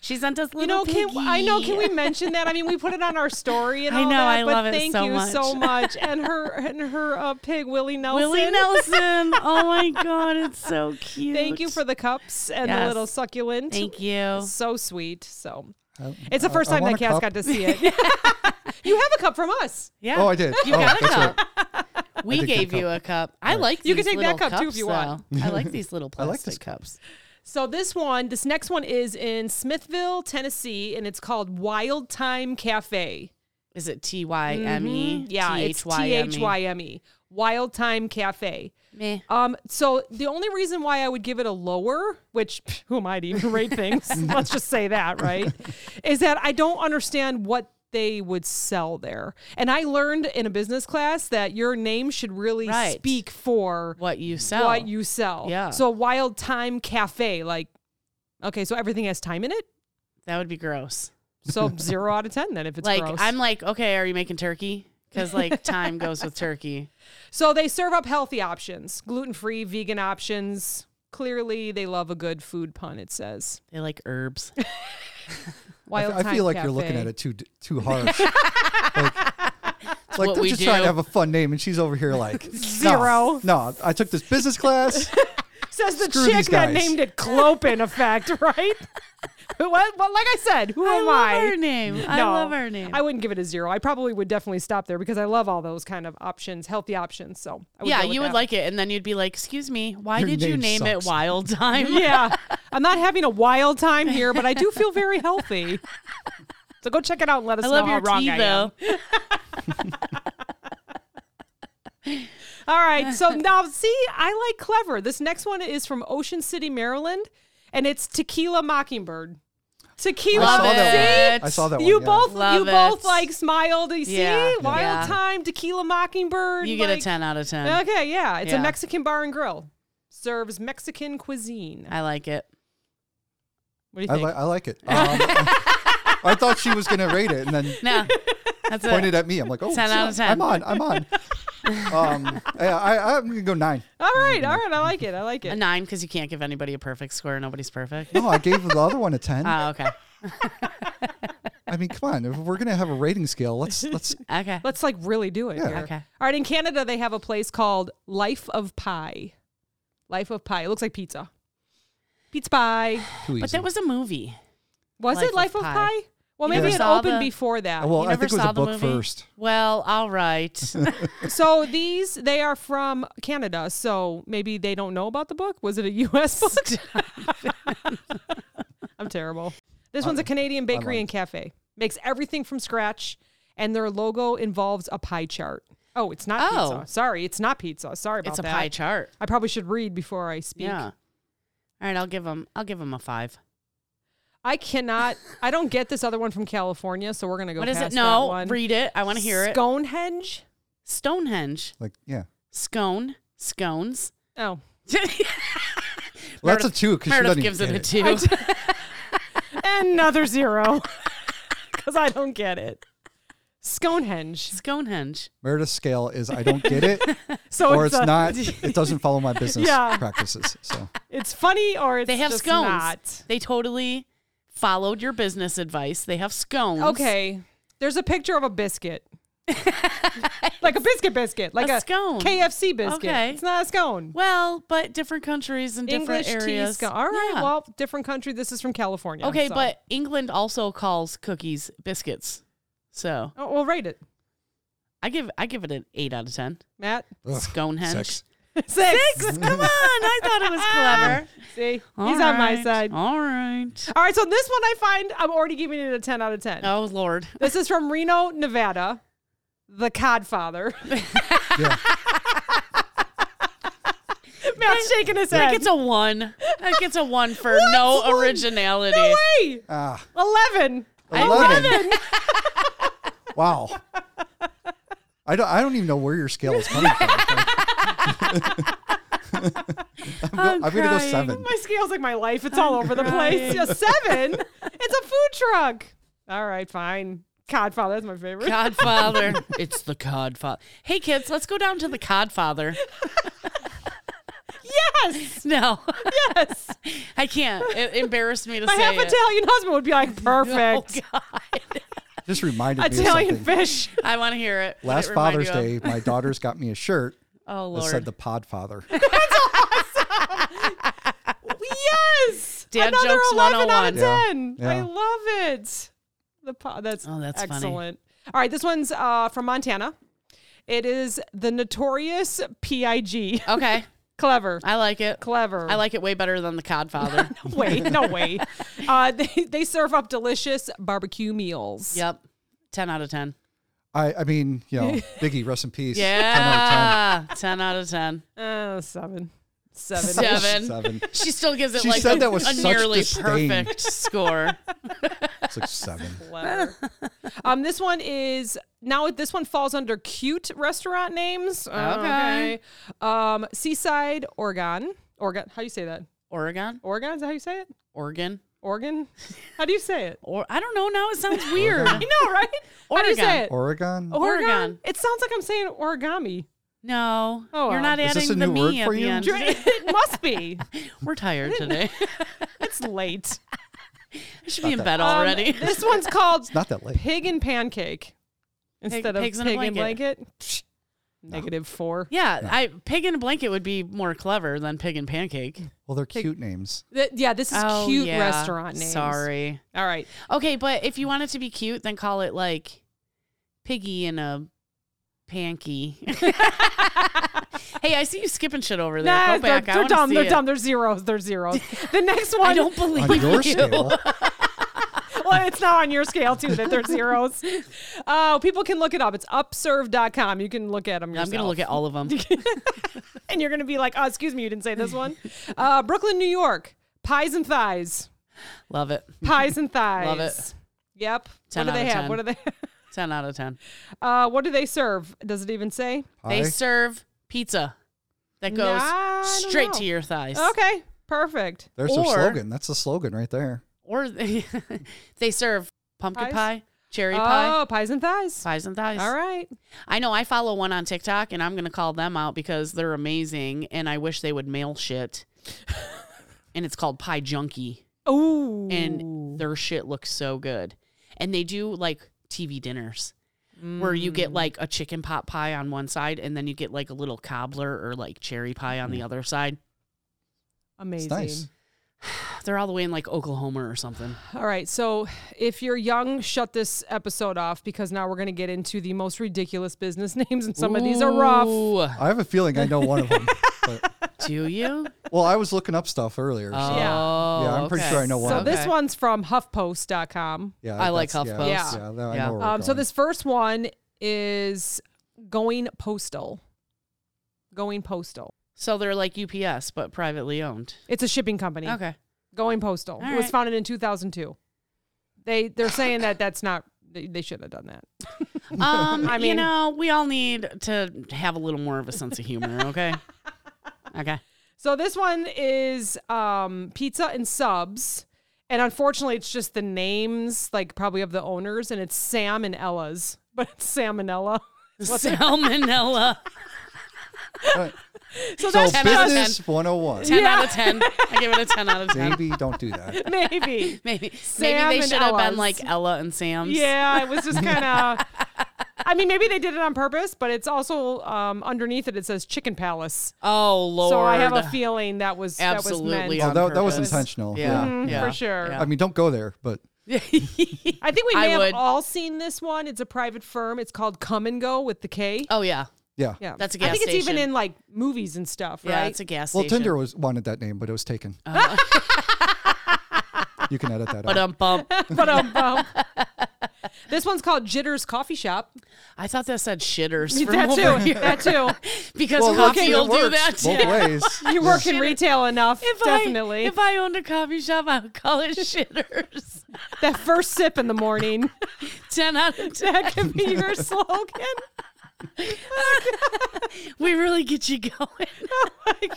[SPEAKER 4] She sent us little
[SPEAKER 5] you know, can I know? Can we mention that? I mean, we put it on our story and
[SPEAKER 4] E. I
[SPEAKER 5] all
[SPEAKER 4] know,
[SPEAKER 5] that.
[SPEAKER 4] I
[SPEAKER 5] but
[SPEAKER 4] love it
[SPEAKER 5] thank
[SPEAKER 4] so
[SPEAKER 5] you
[SPEAKER 4] much.
[SPEAKER 5] so much. And her and her uh, pig Willie Nelson.
[SPEAKER 4] Willie Nelson. Oh my God, it's so cute.
[SPEAKER 5] Thank you for the cups and the
[SPEAKER 4] Yes.
[SPEAKER 5] little succulent.
[SPEAKER 4] Thank you.
[SPEAKER 5] So sweet. So
[SPEAKER 3] I-
[SPEAKER 5] it's the
[SPEAKER 3] I-
[SPEAKER 5] first
[SPEAKER 3] I
[SPEAKER 5] time
[SPEAKER 3] want
[SPEAKER 5] that
[SPEAKER 3] a
[SPEAKER 5] Cass
[SPEAKER 3] cup.
[SPEAKER 5] got to see it. you have a cup from us.
[SPEAKER 4] Yeah.
[SPEAKER 3] Oh, I did.
[SPEAKER 4] You
[SPEAKER 3] oh,
[SPEAKER 4] got a
[SPEAKER 3] that's
[SPEAKER 4] cup.
[SPEAKER 3] right.
[SPEAKER 4] We
[SPEAKER 3] did get a
[SPEAKER 4] gave you a cup. I like.
[SPEAKER 5] You can
[SPEAKER 4] these
[SPEAKER 5] take that cup,
[SPEAKER 4] little
[SPEAKER 5] too, if
[SPEAKER 4] cups,
[SPEAKER 5] you want.
[SPEAKER 4] though. I like these little
[SPEAKER 3] I
[SPEAKER 4] plastic
[SPEAKER 3] like this
[SPEAKER 4] cups.
[SPEAKER 5] So this one, this next one is in Smithville, Tennessee, and it's called Wild Time Cafe.
[SPEAKER 4] Is it T Y M E?
[SPEAKER 5] Mm-hmm. Yeah, it's T H Y M E. Wild Time E. Cafe.
[SPEAKER 4] Meh.
[SPEAKER 5] Um, so the only reason why I would give it a lower, which pff, who am I to even rate things? let's just say that, right? is that I don't understand what they would sell there. And I learned in a business class that your name should really
[SPEAKER 4] Right.
[SPEAKER 5] speak for
[SPEAKER 4] What you sell.
[SPEAKER 5] what you sell.
[SPEAKER 4] Yeah.
[SPEAKER 5] So Wild Time Cafe, like, okay, so everything has time in it.
[SPEAKER 4] that would be gross.
[SPEAKER 5] So zero out of ten then if it's
[SPEAKER 4] like
[SPEAKER 5] gross.
[SPEAKER 4] I'm like, okay, are you making turkey? Because like time goes with turkey.
[SPEAKER 5] So they serve up healthy options, gluten free, vegan options. Clearly, they love a good food pun. It says.
[SPEAKER 4] They like herbs.
[SPEAKER 3] I,
[SPEAKER 5] Wild
[SPEAKER 3] I
[SPEAKER 5] Time
[SPEAKER 3] feel like you're looking
[SPEAKER 5] Cafe.
[SPEAKER 3] at it too too harsh. like, it's like
[SPEAKER 4] what
[SPEAKER 3] they're
[SPEAKER 4] we
[SPEAKER 3] just trying
[SPEAKER 4] do.
[SPEAKER 3] to have a fun name, and she's over here like
[SPEAKER 5] Zero.
[SPEAKER 3] No, no, I took this business class.
[SPEAKER 5] Says the
[SPEAKER 3] Screw
[SPEAKER 5] chick
[SPEAKER 3] these
[SPEAKER 5] that
[SPEAKER 3] guys.
[SPEAKER 5] named it Clopin Effect, right? well, well, like I said, who am I?
[SPEAKER 4] love her name. I
[SPEAKER 5] No,
[SPEAKER 4] love her name.
[SPEAKER 5] I wouldn't give it a zero. I probably would definitely stop there because I love all those kind of options, healthy options. So I would
[SPEAKER 4] yeah,
[SPEAKER 5] go with
[SPEAKER 4] you would
[SPEAKER 5] that.
[SPEAKER 4] like it, and then you'd be like, "Excuse me, why
[SPEAKER 3] Your
[SPEAKER 4] did you name
[SPEAKER 3] name
[SPEAKER 4] it
[SPEAKER 3] sucks.
[SPEAKER 4] Wild Time?"
[SPEAKER 5] Yeah, I'm not having a wild time here, but I do feel very healthy. So go check it out and let us
[SPEAKER 4] I love
[SPEAKER 5] know
[SPEAKER 4] your
[SPEAKER 5] how wrong
[SPEAKER 4] tea
[SPEAKER 5] I am.
[SPEAKER 4] though.
[SPEAKER 5] All right. So now, see, I like clever. This next one is from Ocean City, Maryland, and it's Tequila Mockingbird. Tequila.
[SPEAKER 4] Love
[SPEAKER 3] saw that
[SPEAKER 4] it.
[SPEAKER 3] I saw that
[SPEAKER 5] You
[SPEAKER 3] one. yeah.
[SPEAKER 5] both, you
[SPEAKER 4] Love
[SPEAKER 5] both
[SPEAKER 4] it.
[SPEAKER 5] like smiled. You see,
[SPEAKER 4] Yeah.
[SPEAKER 5] wild
[SPEAKER 4] Yeah.
[SPEAKER 5] time, Tequila Mockingbird.
[SPEAKER 4] You get a
[SPEAKER 5] like-
[SPEAKER 4] ten out of ten.
[SPEAKER 5] Okay, yeah, it's
[SPEAKER 4] Yeah.
[SPEAKER 5] a Mexican bar and grill. Serves Mexican cuisine.
[SPEAKER 4] I like it.
[SPEAKER 5] What do you
[SPEAKER 3] I,
[SPEAKER 5] think?
[SPEAKER 3] li- I like it. Um, I thought she was gonna rate it, and then
[SPEAKER 4] No, that's it.
[SPEAKER 3] pointed at me. I'm like, oh,
[SPEAKER 4] 10 out of
[SPEAKER 3] shit, I'm
[SPEAKER 4] 10.
[SPEAKER 3] on. I'm on. um, I, I, I'm gonna go nine.
[SPEAKER 5] all right,
[SPEAKER 4] Mm-hmm.
[SPEAKER 5] all right, I like it. I like
[SPEAKER 4] a
[SPEAKER 5] it.
[SPEAKER 4] nine because you can't give anybody a perfect score. Nobody's perfect.
[SPEAKER 3] No, I gave the other one a ten.
[SPEAKER 4] Oh, okay.
[SPEAKER 3] I mean, come on. If we're gonna have a rating scale, let's let's.
[SPEAKER 4] Okay.
[SPEAKER 5] Let's like really do it.
[SPEAKER 3] Yeah.
[SPEAKER 5] here.
[SPEAKER 4] Okay.
[SPEAKER 5] All right, in Canada they have a place called Life of Pie. Life of Pie. It looks like pizza. Pizza pie.
[SPEAKER 3] Too easy.
[SPEAKER 4] But that was a movie.
[SPEAKER 5] Was
[SPEAKER 4] Life
[SPEAKER 5] it Life
[SPEAKER 4] of
[SPEAKER 5] of,
[SPEAKER 4] Pi.
[SPEAKER 5] Pie? Well,
[SPEAKER 4] You
[SPEAKER 5] maybe
[SPEAKER 4] never
[SPEAKER 5] it
[SPEAKER 4] saw
[SPEAKER 5] opened
[SPEAKER 4] the-
[SPEAKER 5] before that.
[SPEAKER 3] well,
[SPEAKER 4] you
[SPEAKER 3] I
[SPEAKER 4] never
[SPEAKER 3] think it was
[SPEAKER 4] saw
[SPEAKER 3] a
[SPEAKER 4] the
[SPEAKER 3] book
[SPEAKER 4] movie?
[SPEAKER 3] first.
[SPEAKER 4] Well, all right.
[SPEAKER 5] so these they are from Canada, so maybe they don't know about the book. Was it a U.S. book? I'm terrible. This one's a Canadian bakery and cafe. Makes everything from scratch, and their logo involves a pie chart. Oh, it's not
[SPEAKER 4] Oh.
[SPEAKER 5] pizza. Sorry, it's not pizza. Sorry about
[SPEAKER 4] it's a
[SPEAKER 5] that.
[SPEAKER 4] pie chart.
[SPEAKER 5] I probably should read before I speak.
[SPEAKER 4] Yeah. All right, I'll give them. I'll give them a five.
[SPEAKER 5] I cannot. I don't get this other one from California, so we're gonna go.
[SPEAKER 4] What is
[SPEAKER 5] past
[SPEAKER 4] it?
[SPEAKER 5] that
[SPEAKER 4] No,
[SPEAKER 5] one.
[SPEAKER 4] read it. I want to hear it.
[SPEAKER 5] Stonehenge.
[SPEAKER 4] Stonehenge.
[SPEAKER 3] Like, yeah.
[SPEAKER 4] Scone. Scones.
[SPEAKER 5] Oh,
[SPEAKER 3] Well, that's a two because she
[SPEAKER 4] Meredith
[SPEAKER 3] doesn't
[SPEAKER 4] gives
[SPEAKER 3] even
[SPEAKER 4] it a
[SPEAKER 3] get
[SPEAKER 4] two.
[SPEAKER 5] another zero because I don't get it. Stonehenge.
[SPEAKER 4] Stonehenge.
[SPEAKER 3] Meredith's scale is I don't get it,
[SPEAKER 4] Oh,
[SPEAKER 5] So
[SPEAKER 3] or
[SPEAKER 5] it's,
[SPEAKER 3] it's
[SPEAKER 5] a-
[SPEAKER 3] not. It doesn't follow my business
[SPEAKER 5] Yeah.
[SPEAKER 3] practices. So
[SPEAKER 5] It's funny or it's
[SPEAKER 4] They have
[SPEAKER 5] just
[SPEAKER 4] scones.
[SPEAKER 5] not.
[SPEAKER 4] They totally followed your business advice. They have scones.
[SPEAKER 5] Okay. There's a picture of a biscuit. like a biscuit biscuit, like
[SPEAKER 4] A
[SPEAKER 5] a,
[SPEAKER 4] scone.
[SPEAKER 5] KFC biscuit.
[SPEAKER 4] Okay.
[SPEAKER 5] It's not a scone.
[SPEAKER 4] Well, but different countries and different
[SPEAKER 5] English tea
[SPEAKER 4] areas.
[SPEAKER 5] scone. All right.
[SPEAKER 4] Yeah.
[SPEAKER 5] Well, different country. This is from California.
[SPEAKER 4] okay,
[SPEAKER 5] so-
[SPEAKER 4] but England also calls cookies biscuits. So
[SPEAKER 5] oh, we'll rate it,
[SPEAKER 4] I give I give it an eight out of ten.
[SPEAKER 5] Matt.
[SPEAKER 3] ugh,
[SPEAKER 4] Stonehenge.
[SPEAKER 3] six.
[SPEAKER 5] Six.
[SPEAKER 4] Come on, I thought it was clever.
[SPEAKER 5] See, he's
[SPEAKER 4] All
[SPEAKER 5] on my
[SPEAKER 4] right,
[SPEAKER 5] side.
[SPEAKER 4] All right.
[SPEAKER 5] All right. So this one I find I'm already giving it a 10 out of 10.
[SPEAKER 4] Oh Lord.
[SPEAKER 5] This is from Reno, Nevada. The Codfather.
[SPEAKER 3] Yeah.
[SPEAKER 5] Matt's shaking his
[SPEAKER 4] That
[SPEAKER 5] head.
[SPEAKER 4] gets a one. That gets a one for no originality.
[SPEAKER 5] Hey,
[SPEAKER 3] Ah,
[SPEAKER 5] 11.
[SPEAKER 3] eleven. wow. I don't. I don't even know where your scale is coming from. I'm, go- I'm gonna go
[SPEAKER 4] crying.
[SPEAKER 3] seven.
[SPEAKER 5] My scale's like my life. It's all over the place.
[SPEAKER 4] crying.
[SPEAKER 5] Yeah, seven. It's a food truck. All right, fine. Codfather. That's my favorite.
[SPEAKER 4] Godfather. it's the Godfather. Hey kids, let's go down to the Godfather.
[SPEAKER 5] Yes.
[SPEAKER 4] No,
[SPEAKER 5] Yes.
[SPEAKER 4] I can't. It embarrassed me to
[SPEAKER 5] My
[SPEAKER 4] say
[SPEAKER 5] half
[SPEAKER 4] it.
[SPEAKER 5] Italian husband would be like,
[SPEAKER 4] Oh
[SPEAKER 5] perfect.
[SPEAKER 4] God!
[SPEAKER 3] Just reminded me
[SPEAKER 5] Italian
[SPEAKER 3] of something.
[SPEAKER 5] fish.
[SPEAKER 4] I want to hear it. What did
[SPEAKER 3] Last
[SPEAKER 4] it remind
[SPEAKER 3] Father's
[SPEAKER 4] you of?
[SPEAKER 3] Day, my daughters got me a shirt
[SPEAKER 4] Oh
[SPEAKER 3] that
[SPEAKER 4] Lord!
[SPEAKER 3] said the Podfather.
[SPEAKER 5] Yes.
[SPEAKER 4] Dad
[SPEAKER 5] Another
[SPEAKER 4] jokes
[SPEAKER 5] 11 out of
[SPEAKER 4] 101.
[SPEAKER 3] Yeah,
[SPEAKER 5] 10. I
[SPEAKER 3] yeah.
[SPEAKER 5] love it. The po- that's,
[SPEAKER 4] Oh, that's funny.
[SPEAKER 5] excellent. All right, this one's uh, from Montana. It is the notorious PIG.
[SPEAKER 4] okay,
[SPEAKER 5] Clever.
[SPEAKER 4] I like it.
[SPEAKER 5] Clever.
[SPEAKER 4] I like it way better than the Godfather.
[SPEAKER 5] Wait, no way. Uh, they, they serve up delicious barbecue meals.
[SPEAKER 4] yep, ten out of ten.
[SPEAKER 3] I, I mean, you know, Biggie, rest in peace. 10 out of 10.
[SPEAKER 4] Yeah. 10 out of 10.
[SPEAKER 5] Uh, seven. Seven.
[SPEAKER 4] Seven.
[SPEAKER 3] Seven.
[SPEAKER 4] She still gives it
[SPEAKER 3] She
[SPEAKER 4] like
[SPEAKER 3] said
[SPEAKER 4] a,
[SPEAKER 3] that with
[SPEAKER 4] a
[SPEAKER 3] such
[SPEAKER 4] nearly
[SPEAKER 3] disdain.
[SPEAKER 4] perfect score.
[SPEAKER 3] It's like seven.
[SPEAKER 5] Clever. um, this one is now. This one falls under cute restaurant names.
[SPEAKER 4] Okay.
[SPEAKER 5] Um, Seaside, Oregon. Oregon. How do you say that?
[SPEAKER 4] Oregon?
[SPEAKER 5] Oregon. Is that how you say it?
[SPEAKER 4] Oregon?
[SPEAKER 5] Oregon. How do you say it?
[SPEAKER 4] Or I don't know. Now it sounds weird.
[SPEAKER 5] I know, right? How do you say
[SPEAKER 4] Oregon.
[SPEAKER 5] it?
[SPEAKER 3] Oregon?
[SPEAKER 4] Oh.
[SPEAKER 5] Oregon.
[SPEAKER 4] Oregon.
[SPEAKER 5] It sounds like I'm saying origami.
[SPEAKER 4] No,
[SPEAKER 5] Oh,
[SPEAKER 4] you're
[SPEAKER 5] wow.
[SPEAKER 4] not
[SPEAKER 3] Is
[SPEAKER 4] adding
[SPEAKER 3] this a
[SPEAKER 4] the
[SPEAKER 3] new
[SPEAKER 4] me
[SPEAKER 3] word
[SPEAKER 4] at
[SPEAKER 3] for
[SPEAKER 4] the
[SPEAKER 3] you?
[SPEAKER 4] end.
[SPEAKER 5] it must be.
[SPEAKER 4] We're tired today.
[SPEAKER 5] It's late.
[SPEAKER 4] I should be in
[SPEAKER 3] that-
[SPEAKER 4] bed
[SPEAKER 5] Um,
[SPEAKER 4] already.
[SPEAKER 5] this one's called
[SPEAKER 3] Not that late.
[SPEAKER 5] pig and pancake instead of
[SPEAKER 4] pigs
[SPEAKER 5] pig
[SPEAKER 4] in a
[SPEAKER 5] and
[SPEAKER 4] blanket.
[SPEAKER 5] blanket. Psh, Negative four.
[SPEAKER 4] yeah, I pig in a blanket would be more clever than pig and pancake.
[SPEAKER 3] Well, they're cute names.
[SPEAKER 5] Th- yeah, this is
[SPEAKER 4] Oh,
[SPEAKER 5] cute
[SPEAKER 4] yeah.
[SPEAKER 5] restaurant names.
[SPEAKER 4] Sorry.
[SPEAKER 5] All right.
[SPEAKER 4] Okay, but if you want it to be cute, then call it like piggy in a panky. hey, I see you skipping shit over there.
[SPEAKER 5] Nah,
[SPEAKER 4] Go
[SPEAKER 5] they're,
[SPEAKER 4] back. "Oh, I
[SPEAKER 5] they're
[SPEAKER 4] wanna
[SPEAKER 5] dumb.
[SPEAKER 4] see
[SPEAKER 5] They're
[SPEAKER 4] it.
[SPEAKER 5] dumb. They're zeros. They're zeros. The next one.
[SPEAKER 4] I don't believe
[SPEAKER 3] On your
[SPEAKER 4] you.
[SPEAKER 3] scale.
[SPEAKER 5] well, it's now on your scale too that they're zeros. Oh, people can look it up. It's upserve.com. You can look at them.
[SPEAKER 4] I'm gonna look at all of them.
[SPEAKER 5] and you're gonna be like, oh, excuse me, you didn't say this one. Uh, Brooklyn, New York. Pies and thighs.
[SPEAKER 4] Love it.
[SPEAKER 5] Pies and thighs.
[SPEAKER 4] Love it.
[SPEAKER 5] Yep.
[SPEAKER 4] 10
[SPEAKER 5] what do
[SPEAKER 4] out
[SPEAKER 5] they
[SPEAKER 4] of
[SPEAKER 5] have?
[SPEAKER 4] 10.
[SPEAKER 5] What do they?
[SPEAKER 4] Ten out of ten.
[SPEAKER 5] Uh, what do they serve? Does it even say?
[SPEAKER 3] Pie?
[SPEAKER 4] They serve pizza that
[SPEAKER 5] Nah,
[SPEAKER 4] goes
[SPEAKER 5] I don't
[SPEAKER 4] straight to
[SPEAKER 5] know.
[SPEAKER 4] your thighs.
[SPEAKER 5] Okay, perfect.
[SPEAKER 3] There's their
[SPEAKER 4] or-
[SPEAKER 3] slogan. That's the slogan right there.
[SPEAKER 4] Or they, they serve pumpkin
[SPEAKER 5] Pies?
[SPEAKER 4] pie, cherry pie,
[SPEAKER 5] Oh, pies and thighs.
[SPEAKER 4] pies and thighs.
[SPEAKER 5] All right.
[SPEAKER 4] I know I follow one on TikTok and I'm going to call them out because they're amazing and I wish they would mail shit. and it's called Pie Junkie
[SPEAKER 5] Ooh.
[SPEAKER 4] and their shit looks so good. And they do like TV dinners where you
[SPEAKER 5] Mm.
[SPEAKER 4] get like a chicken pot pie on one side and then you get like a little cobbler or like cherry pie on
[SPEAKER 5] Mm.
[SPEAKER 4] the other side.
[SPEAKER 5] amazing.
[SPEAKER 3] It's nice.
[SPEAKER 4] They're all the way in like Oklahoma or something.
[SPEAKER 5] All right. So if you're young, shut this episode off because now we're going to get into the most ridiculous business names, and some of these are rough.
[SPEAKER 4] Ooh,
[SPEAKER 3] I have a feeling I know one of them. but,
[SPEAKER 4] Do you?
[SPEAKER 3] well, I was looking up stuff earlier. so-
[SPEAKER 4] Oh.
[SPEAKER 3] Yeah, I'm pretty
[SPEAKER 4] okay.
[SPEAKER 3] sure I know one.
[SPEAKER 5] So
[SPEAKER 3] Okay.
[SPEAKER 5] this one's from HuffPost.com.
[SPEAKER 3] yeah,
[SPEAKER 4] I like
[SPEAKER 3] that's-
[SPEAKER 4] HuffPost.
[SPEAKER 3] Yeah,
[SPEAKER 5] Yeah.
[SPEAKER 3] yeah, that- I
[SPEAKER 4] Yeah.
[SPEAKER 3] know where we're
[SPEAKER 5] Um, so
[SPEAKER 3] going.
[SPEAKER 5] this first one is going postal. Going postal.
[SPEAKER 4] So they're like UPS, but privately owned.
[SPEAKER 5] It's a shipping company.
[SPEAKER 4] Okay.
[SPEAKER 5] Going postal.
[SPEAKER 4] All
[SPEAKER 5] it was
[SPEAKER 4] right.
[SPEAKER 5] founded in 2002. They they're saying that that's not. They, they shouldn't have done that.
[SPEAKER 4] Um,
[SPEAKER 5] I
[SPEAKER 4] you
[SPEAKER 5] mean-
[SPEAKER 4] know, we all need to have a little more of a sense of humor, okay? okay.
[SPEAKER 5] So this one is um, pizza and subs. And unfortunately, it's just the names, like probably of the owners, and it's Sam and Ella's, but it's Salmonella.
[SPEAKER 4] Salmonella.
[SPEAKER 3] so,
[SPEAKER 4] that's- 10 out of
[SPEAKER 3] business 101.
[SPEAKER 4] 10
[SPEAKER 5] Yeah.
[SPEAKER 4] out of 10. I give it a 10 out of 10.
[SPEAKER 3] Maybe don't do that.
[SPEAKER 5] Maybe.
[SPEAKER 4] Maybe,
[SPEAKER 5] Sam
[SPEAKER 4] maybe they
[SPEAKER 5] and
[SPEAKER 4] should have been
[SPEAKER 5] Ella's.
[SPEAKER 4] like Ella and Sam's.
[SPEAKER 5] yeah, it was just kind of. I mean, maybe they did it on purpose, but it's also um, underneath it. It says Chicken Palace,
[SPEAKER 4] Oh, Lord.
[SPEAKER 5] so I have a feeling that was that was
[SPEAKER 4] Absolutely.
[SPEAKER 5] meant.
[SPEAKER 3] Oh,
[SPEAKER 4] on
[SPEAKER 3] that, that was
[SPEAKER 4] purpose.
[SPEAKER 3] intentional.
[SPEAKER 4] Yeah.
[SPEAKER 3] Yeah.
[SPEAKER 5] Mhm,
[SPEAKER 4] yeah,
[SPEAKER 5] for sure.
[SPEAKER 4] yeah.
[SPEAKER 3] I mean, don't go there, but
[SPEAKER 5] I think we may
[SPEAKER 4] I
[SPEAKER 5] have
[SPEAKER 4] would-
[SPEAKER 5] all seen this one. It's a private firm. It's called Come and Go with the K.
[SPEAKER 4] oh, yeah.
[SPEAKER 3] yeah.
[SPEAKER 5] yeah,
[SPEAKER 4] that's a
[SPEAKER 5] I
[SPEAKER 4] gas
[SPEAKER 5] think it's even
[SPEAKER 4] station.
[SPEAKER 5] in like movies and stuff,
[SPEAKER 4] Yeah,
[SPEAKER 5] right?
[SPEAKER 4] it's a gas
[SPEAKER 3] Well,
[SPEAKER 4] station. Uh-huh.
[SPEAKER 3] Tinder was wanted that name, but it was taken. you can edit that
[SPEAKER 4] But
[SPEAKER 3] out.
[SPEAKER 4] um, bump.
[SPEAKER 5] but um, um, this one's called Jitters Coffee Shop.
[SPEAKER 4] I thought that said shitters. From
[SPEAKER 5] That
[SPEAKER 4] over
[SPEAKER 5] too.
[SPEAKER 4] here.
[SPEAKER 5] That too.
[SPEAKER 4] Because
[SPEAKER 3] Well, look,
[SPEAKER 4] coffee
[SPEAKER 3] it
[SPEAKER 4] will do
[SPEAKER 3] works
[SPEAKER 4] that
[SPEAKER 3] both
[SPEAKER 4] too.
[SPEAKER 3] ways.
[SPEAKER 5] You work in retail enough, definitely.
[SPEAKER 4] I, if I owned a coffee shop, I would call it shitters.
[SPEAKER 5] that first sip in the morning,
[SPEAKER 4] 10 out of 10.
[SPEAKER 5] that could be your slogan.
[SPEAKER 4] We really get you going.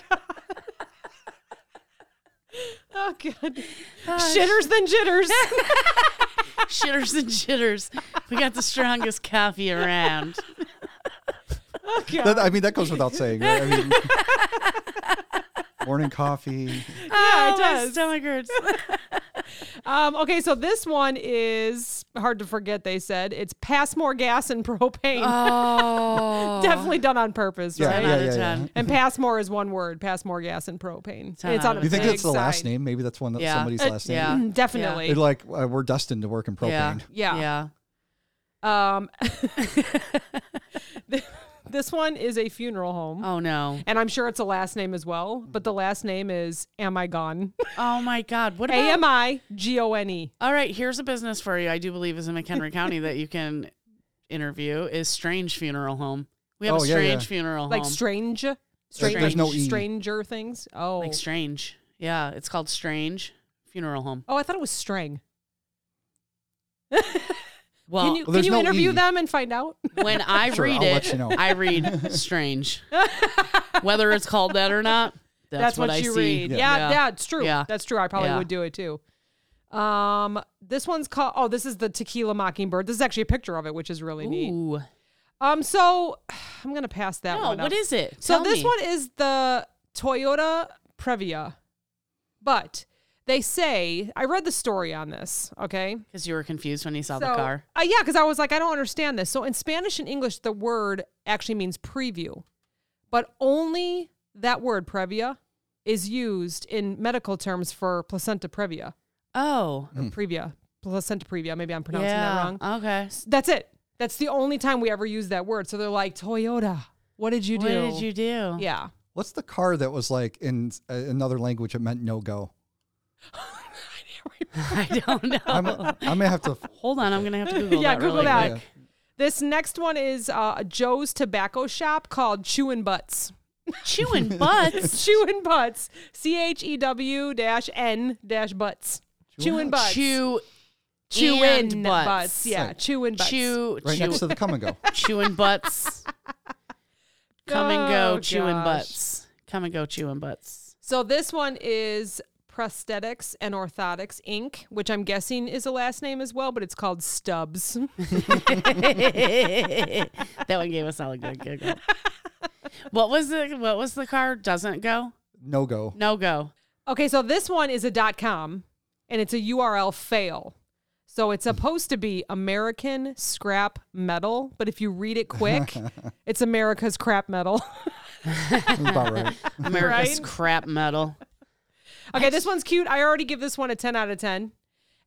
[SPEAKER 5] Oh god, shitters than jitters.
[SPEAKER 4] Shitters and jitters. We got the strongest coffee around.
[SPEAKER 5] Oh, God.
[SPEAKER 3] That- I mean, that goes without saying. Right? I mean, morning coffee.
[SPEAKER 5] yeah, it
[SPEAKER 4] oh, My
[SPEAKER 5] does.
[SPEAKER 4] stomach hurts.
[SPEAKER 5] Um, okay, so this one is hard to forget. They said it's pass more gas and propane.
[SPEAKER 4] Oh.
[SPEAKER 5] Definitely done on purpose,
[SPEAKER 3] Yeah,
[SPEAKER 5] right?
[SPEAKER 4] Ten
[SPEAKER 3] yeah,
[SPEAKER 4] out of
[SPEAKER 3] yeah, yeah.
[SPEAKER 4] ten.
[SPEAKER 5] And pass more is one word. Pass more gas and propane.
[SPEAKER 4] Ten
[SPEAKER 5] it's
[SPEAKER 4] out
[SPEAKER 5] on a
[SPEAKER 4] of
[SPEAKER 3] You think
[SPEAKER 5] big
[SPEAKER 3] that's the last
[SPEAKER 5] sign.
[SPEAKER 3] name? Maybe that's one that
[SPEAKER 4] Yeah.
[SPEAKER 3] somebody's
[SPEAKER 5] Uh,
[SPEAKER 3] last name.
[SPEAKER 4] Yeah.
[SPEAKER 5] Mm, Definitely.
[SPEAKER 3] It, like uh, we're destined to work in propane.
[SPEAKER 4] Yeah.
[SPEAKER 5] Yeah.
[SPEAKER 4] Yeah.
[SPEAKER 5] Um, th- this one is a funeral home.
[SPEAKER 4] Oh, no.
[SPEAKER 5] And I'm sure it's a last name as well, but the last name is Am I Gone?
[SPEAKER 4] Oh, my God. What
[SPEAKER 5] A
[SPEAKER 4] about?
[SPEAKER 5] M I G O N E.
[SPEAKER 4] All right, here's a business for you. I do believe is in McHenry County that you can interview is Strange Funeral Home. We have
[SPEAKER 3] Oh,
[SPEAKER 4] a
[SPEAKER 3] yeah,
[SPEAKER 4] Strange
[SPEAKER 3] yeah.
[SPEAKER 4] Funeral
[SPEAKER 5] like
[SPEAKER 4] Home.
[SPEAKER 5] strange,
[SPEAKER 4] Strange.
[SPEAKER 3] There's no E.
[SPEAKER 5] stranger things. Oh,
[SPEAKER 4] Like Strange. Yeah, it's called Strange Funeral Home.
[SPEAKER 5] oh, I thought it was strang.
[SPEAKER 4] Well,
[SPEAKER 5] can you
[SPEAKER 3] Well,
[SPEAKER 5] can
[SPEAKER 3] there's
[SPEAKER 5] you
[SPEAKER 3] no
[SPEAKER 5] interview
[SPEAKER 3] E.
[SPEAKER 5] them and find out?
[SPEAKER 4] when I
[SPEAKER 3] Sure,
[SPEAKER 4] read
[SPEAKER 3] I'll
[SPEAKER 4] it,
[SPEAKER 3] let you know.
[SPEAKER 4] I read Strange. Whether it's called that or not, that's, what, I
[SPEAKER 5] you
[SPEAKER 4] see.
[SPEAKER 5] read.
[SPEAKER 3] Yeah.
[SPEAKER 5] Yeah.
[SPEAKER 4] Yeah.
[SPEAKER 5] yeah, it's true.
[SPEAKER 4] Yeah.
[SPEAKER 5] That's true. I probably
[SPEAKER 4] Yeah.
[SPEAKER 5] would do it too. Um, this one's called. Oh, this is the Tequila Mockingbird. This is actually a picture of it, which is really neat.
[SPEAKER 4] Ooh.
[SPEAKER 5] Um, so I'm gonna pass that
[SPEAKER 4] No,
[SPEAKER 5] one. up.
[SPEAKER 4] what is it?
[SPEAKER 5] So
[SPEAKER 4] Tell
[SPEAKER 5] this
[SPEAKER 4] me.
[SPEAKER 5] one is the Toyota Previa, but they say I read the story on this. Okay,
[SPEAKER 4] Because you were confused when you saw the car.
[SPEAKER 5] Uh, yeah, because I was like, I don't understand this. So in Spanish and English, the word actually means preview, but only that word previa is used in medical terms for placenta previa,
[SPEAKER 4] Oh.
[SPEAKER 3] Mm-hmm.
[SPEAKER 5] or previa, placenta previa. Maybe I'm pronouncing that
[SPEAKER 4] Yeah.
[SPEAKER 5] wrong.
[SPEAKER 4] Okay.
[SPEAKER 5] That's it. That's the only time we ever use that word. So they're like, Toyota, what did you
[SPEAKER 4] What
[SPEAKER 5] do?
[SPEAKER 4] did you do?
[SPEAKER 5] Yeah.
[SPEAKER 3] What's the car that was like in a- another language? It meant no go.
[SPEAKER 4] I don't know.
[SPEAKER 3] I'm, I'm gonna have to.
[SPEAKER 4] Hold on, I'm gonna have to Google
[SPEAKER 5] Yeah,
[SPEAKER 4] that.
[SPEAKER 5] Google
[SPEAKER 4] really
[SPEAKER 5] that.
[SPEAKER 4] quick.
[SPEAKER 5] This next one is uh, Joe's Tobacco Shop called Chewin' Butts.
[SPEAKER 4] Chewing butts.
[SPEAKER 5] Chewin' Butts. C H E W dash N dash Butts. Chewin' Butts.
[SPEAKER 4] Chew.
[SPEAKER 5] Chewin'
[SPEAKER 4] and
[SPEAKER 5] butts.
[SPEAKER 4] butts.
[SPEAKER 5] Yeah, Chewin' Butts.
[SPEAKER 4] Chew.
[SPEAKER 3] Right
[SPEAKER 4] chew
[SPEAKER 3] next to the come and go.
[SPEAKER 4] chewing butts. Come and
[SPEAKER 5] Oh,
[SPEAKER 4] go, chewing
[SPEAKER 5] gosh.
[SPEAKER 4] butts. Come and go, chewing butts.
[SPEAKER 5] So this one is Prosthetics and Orthotics Inc., which I'm guessing is a last name as well, but it's called Stubbs.
[SPEAKER 4] that one gave us all a good giggle. What was the what was the car? Doesn't go,
[SPEAKER 3] No go.
[SPEAKER 4] no go.
[SPEAKER 5] Okay, so this one is a dot com and it's a URL fail. So it's supposed to be American scrap metal, but if you read it quick, it's America's crap metal.
[SPEAKER 3] That's about right.
[SPEAKER 4] America's
[SPEAKER 5] Right?
[SPEAKER 4] crap metal.
[SPEAKER 5] okay, this one's cute. I already give this one a 10 out of 10.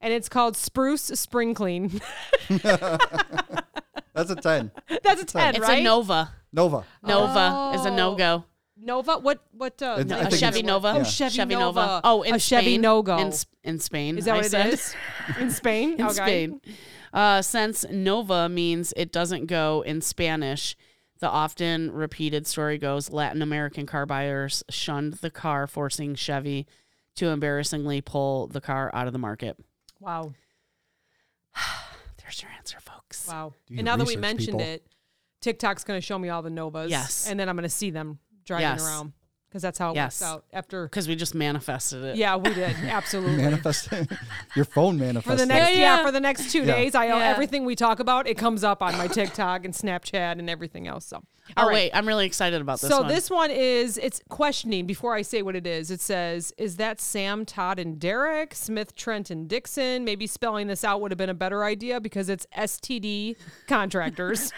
[SPEAKER 5] And it's called Spruce Spring Clean.
[SPEAKER 3] That's a ten.
[SPEAKER 5] That's a 10,
[SPEAKER 4] It's
[SPEAKER 5] right?
[SPEAKER 4] a Nova.
[SPEAKER 3] Nova.
[SPEAKER 4] Nova is a no
[SPEAKER 5] Oh.
[SPEAKER 4] go.
[SPEAKER 5] Nova? What? What? Uh,
[SPEAKER 3] It's- I
[SPEAKER 4] A
[SPEAKER 3] think
[SPEAKER 4] Chevy
[SPEAKER 3] it's-
[SPEAKER 4] Nova.
[SPEAKER 3] yeah.
[SPEAKER 5] Oh, Chevy,
[SPEAKER 4] Chevy
[SPEAKER 5] Nova.
[SPEAKER 4] Nova. Oh, in
[SPEAKER 5] a Chevy
[SPEAKER 4] Spain.
[SPEAKER 5] No Go.
[SPEAKER 4] In, Sp- in Spain.
[SPEAKER 5] Is that
[SPEAKER 4] I
[SPEAKER 5] what it
[SPEAKER 4] said.
[SPEAKER 5] is? In Spain?
[SPEAKER 4] in
[SPEAKER 5] okay.
[SPEAKER 4] Spain. Uh, since Nova means it doesn't go in Spanish, the often repeated story goes Latin American car buyers shunned the car, forcing Chevy to embarrassingly pull the car out of the market.
[SPEAKER 5] Wow.
[SPEAKER 4] There's your answer, folks.
[SPEAKER 5] Wow.
[SPEAKER 3] Do your
[SPEAKER 5] And now that we
[SPEAKER 3] research,
[SPEAKER 5] mentioned
[SPEAKER 3] people.
[SPEAKER 5] it, TikTok's going to show me all the Novas.
[SPEAKER 4] Yes.
[SPEAKER 5] And then I'm going to see them driving
[SPEAKER 4] Yes.
[SPEAKER 5] around because that's how it
[SPEAKER 4] Yes.
[SPEAKER 5] works out after.
[SPEAKER 4] Because we just manifested it.
[SPEAKER 5] Yeah, we did. Absolutely.
[SPEAKER 3] Manifest. Your phone
[SPEAKER 5] For
[SPEAKER 3] manifested.
[SPEAKER 5] the next
[SPEAKER 4] it.
[SPEAKER 5] yeah,
[SPEAKER 4] Yeah.
[SPEAKER 5] for the next two
[SPEAKER 3] Yeah.
[SPEAKER 5] days, I
[SPEAKER 4] Yeah.
[SPEAKER 5] everything we talk about it comes up on my TikTok and Snapchat and everything else. So,
[SPEAKER 4] Oh,
[SPEAKER 5] all right.
[SPEAKER 4] wait. I'm really excited about this
[SPEAKER 5] so
[SPEAKER 4] one.
[SPEAKER 5] this one is it's questioning. Before I say what it is, it says, "Is that Sam, Todd, and Derek Smith, Trent, and Dixon?" Maybe spelling this out would have been a better idea because it's STD contractors.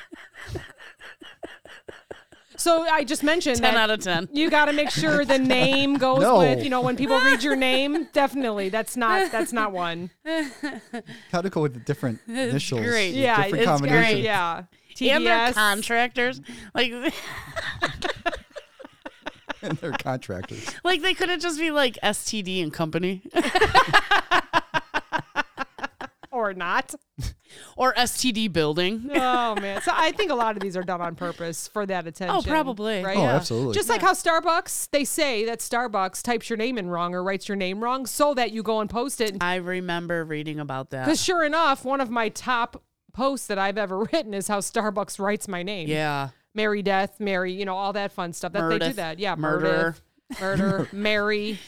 [SPEAKER 5] so I just mentioned
[SPEAKER 4] 10
[SPEAKER 5] that
[SPEAKER 4] out of 10.
[SPEAKER 5] you got to make sure the name goes
[SPEAKER 3] No.
[SPEAKER 5] with you know when people read your name. Definitely, that's not that's not one.
[SPEAKER 3] How to go with the different initials.
[SPEAKER 4] great.
[SPEAKER 3] the
[SPEAKER 5] Yeah,
[SPEAKER 3] different
[SPEAKER 5] it's
[SPEAKER 3] combinations.
[SPEAKER 4] great.
[SPEAKER 5] Yeah.
[SPEAKER 4] And they're
[SPEAKER 5] TBS.
[SPEAKER 4] contractors. Like,
[SPEAKER 3] And they're contractors.
[SPEAKER 4] like they couldn't just be like STD and company
[SPEAKER 5] or not.
[SPEAKER 4] or STD building.
[SPEAKER 5] Oh man. So I think a lot of these are done on purpose for that attention.
[SPEAKER 4] Oh, probably.
[SPEAKER 5] Right?
[SPEAKER 3] Oh,
[SPEAKER 4] Yeah.
[SPEAKER 3] absolutely.
[SPEAKER 5] Just like how Starbucks, they say that Starbucks types your name in wrong or writes your name wrong so that you go and post it.
[SPEAKER 4] I remember reading about that.
[SPEAKER 5] Because sure enough, one of my top posts that I've ever written is how Starbucks writes my name.
[SPEAKER 4] Yeah.
[SPEAKER 5] Mary Death, Mary, you know, all that fun stuff. That they do
[SPEAKER 4] Meredith.
[SPEAKER 5] that. Yeah.
[SPEAKER 4] Murder.
[SPEAKER 5] Meredith, Murder. Mary.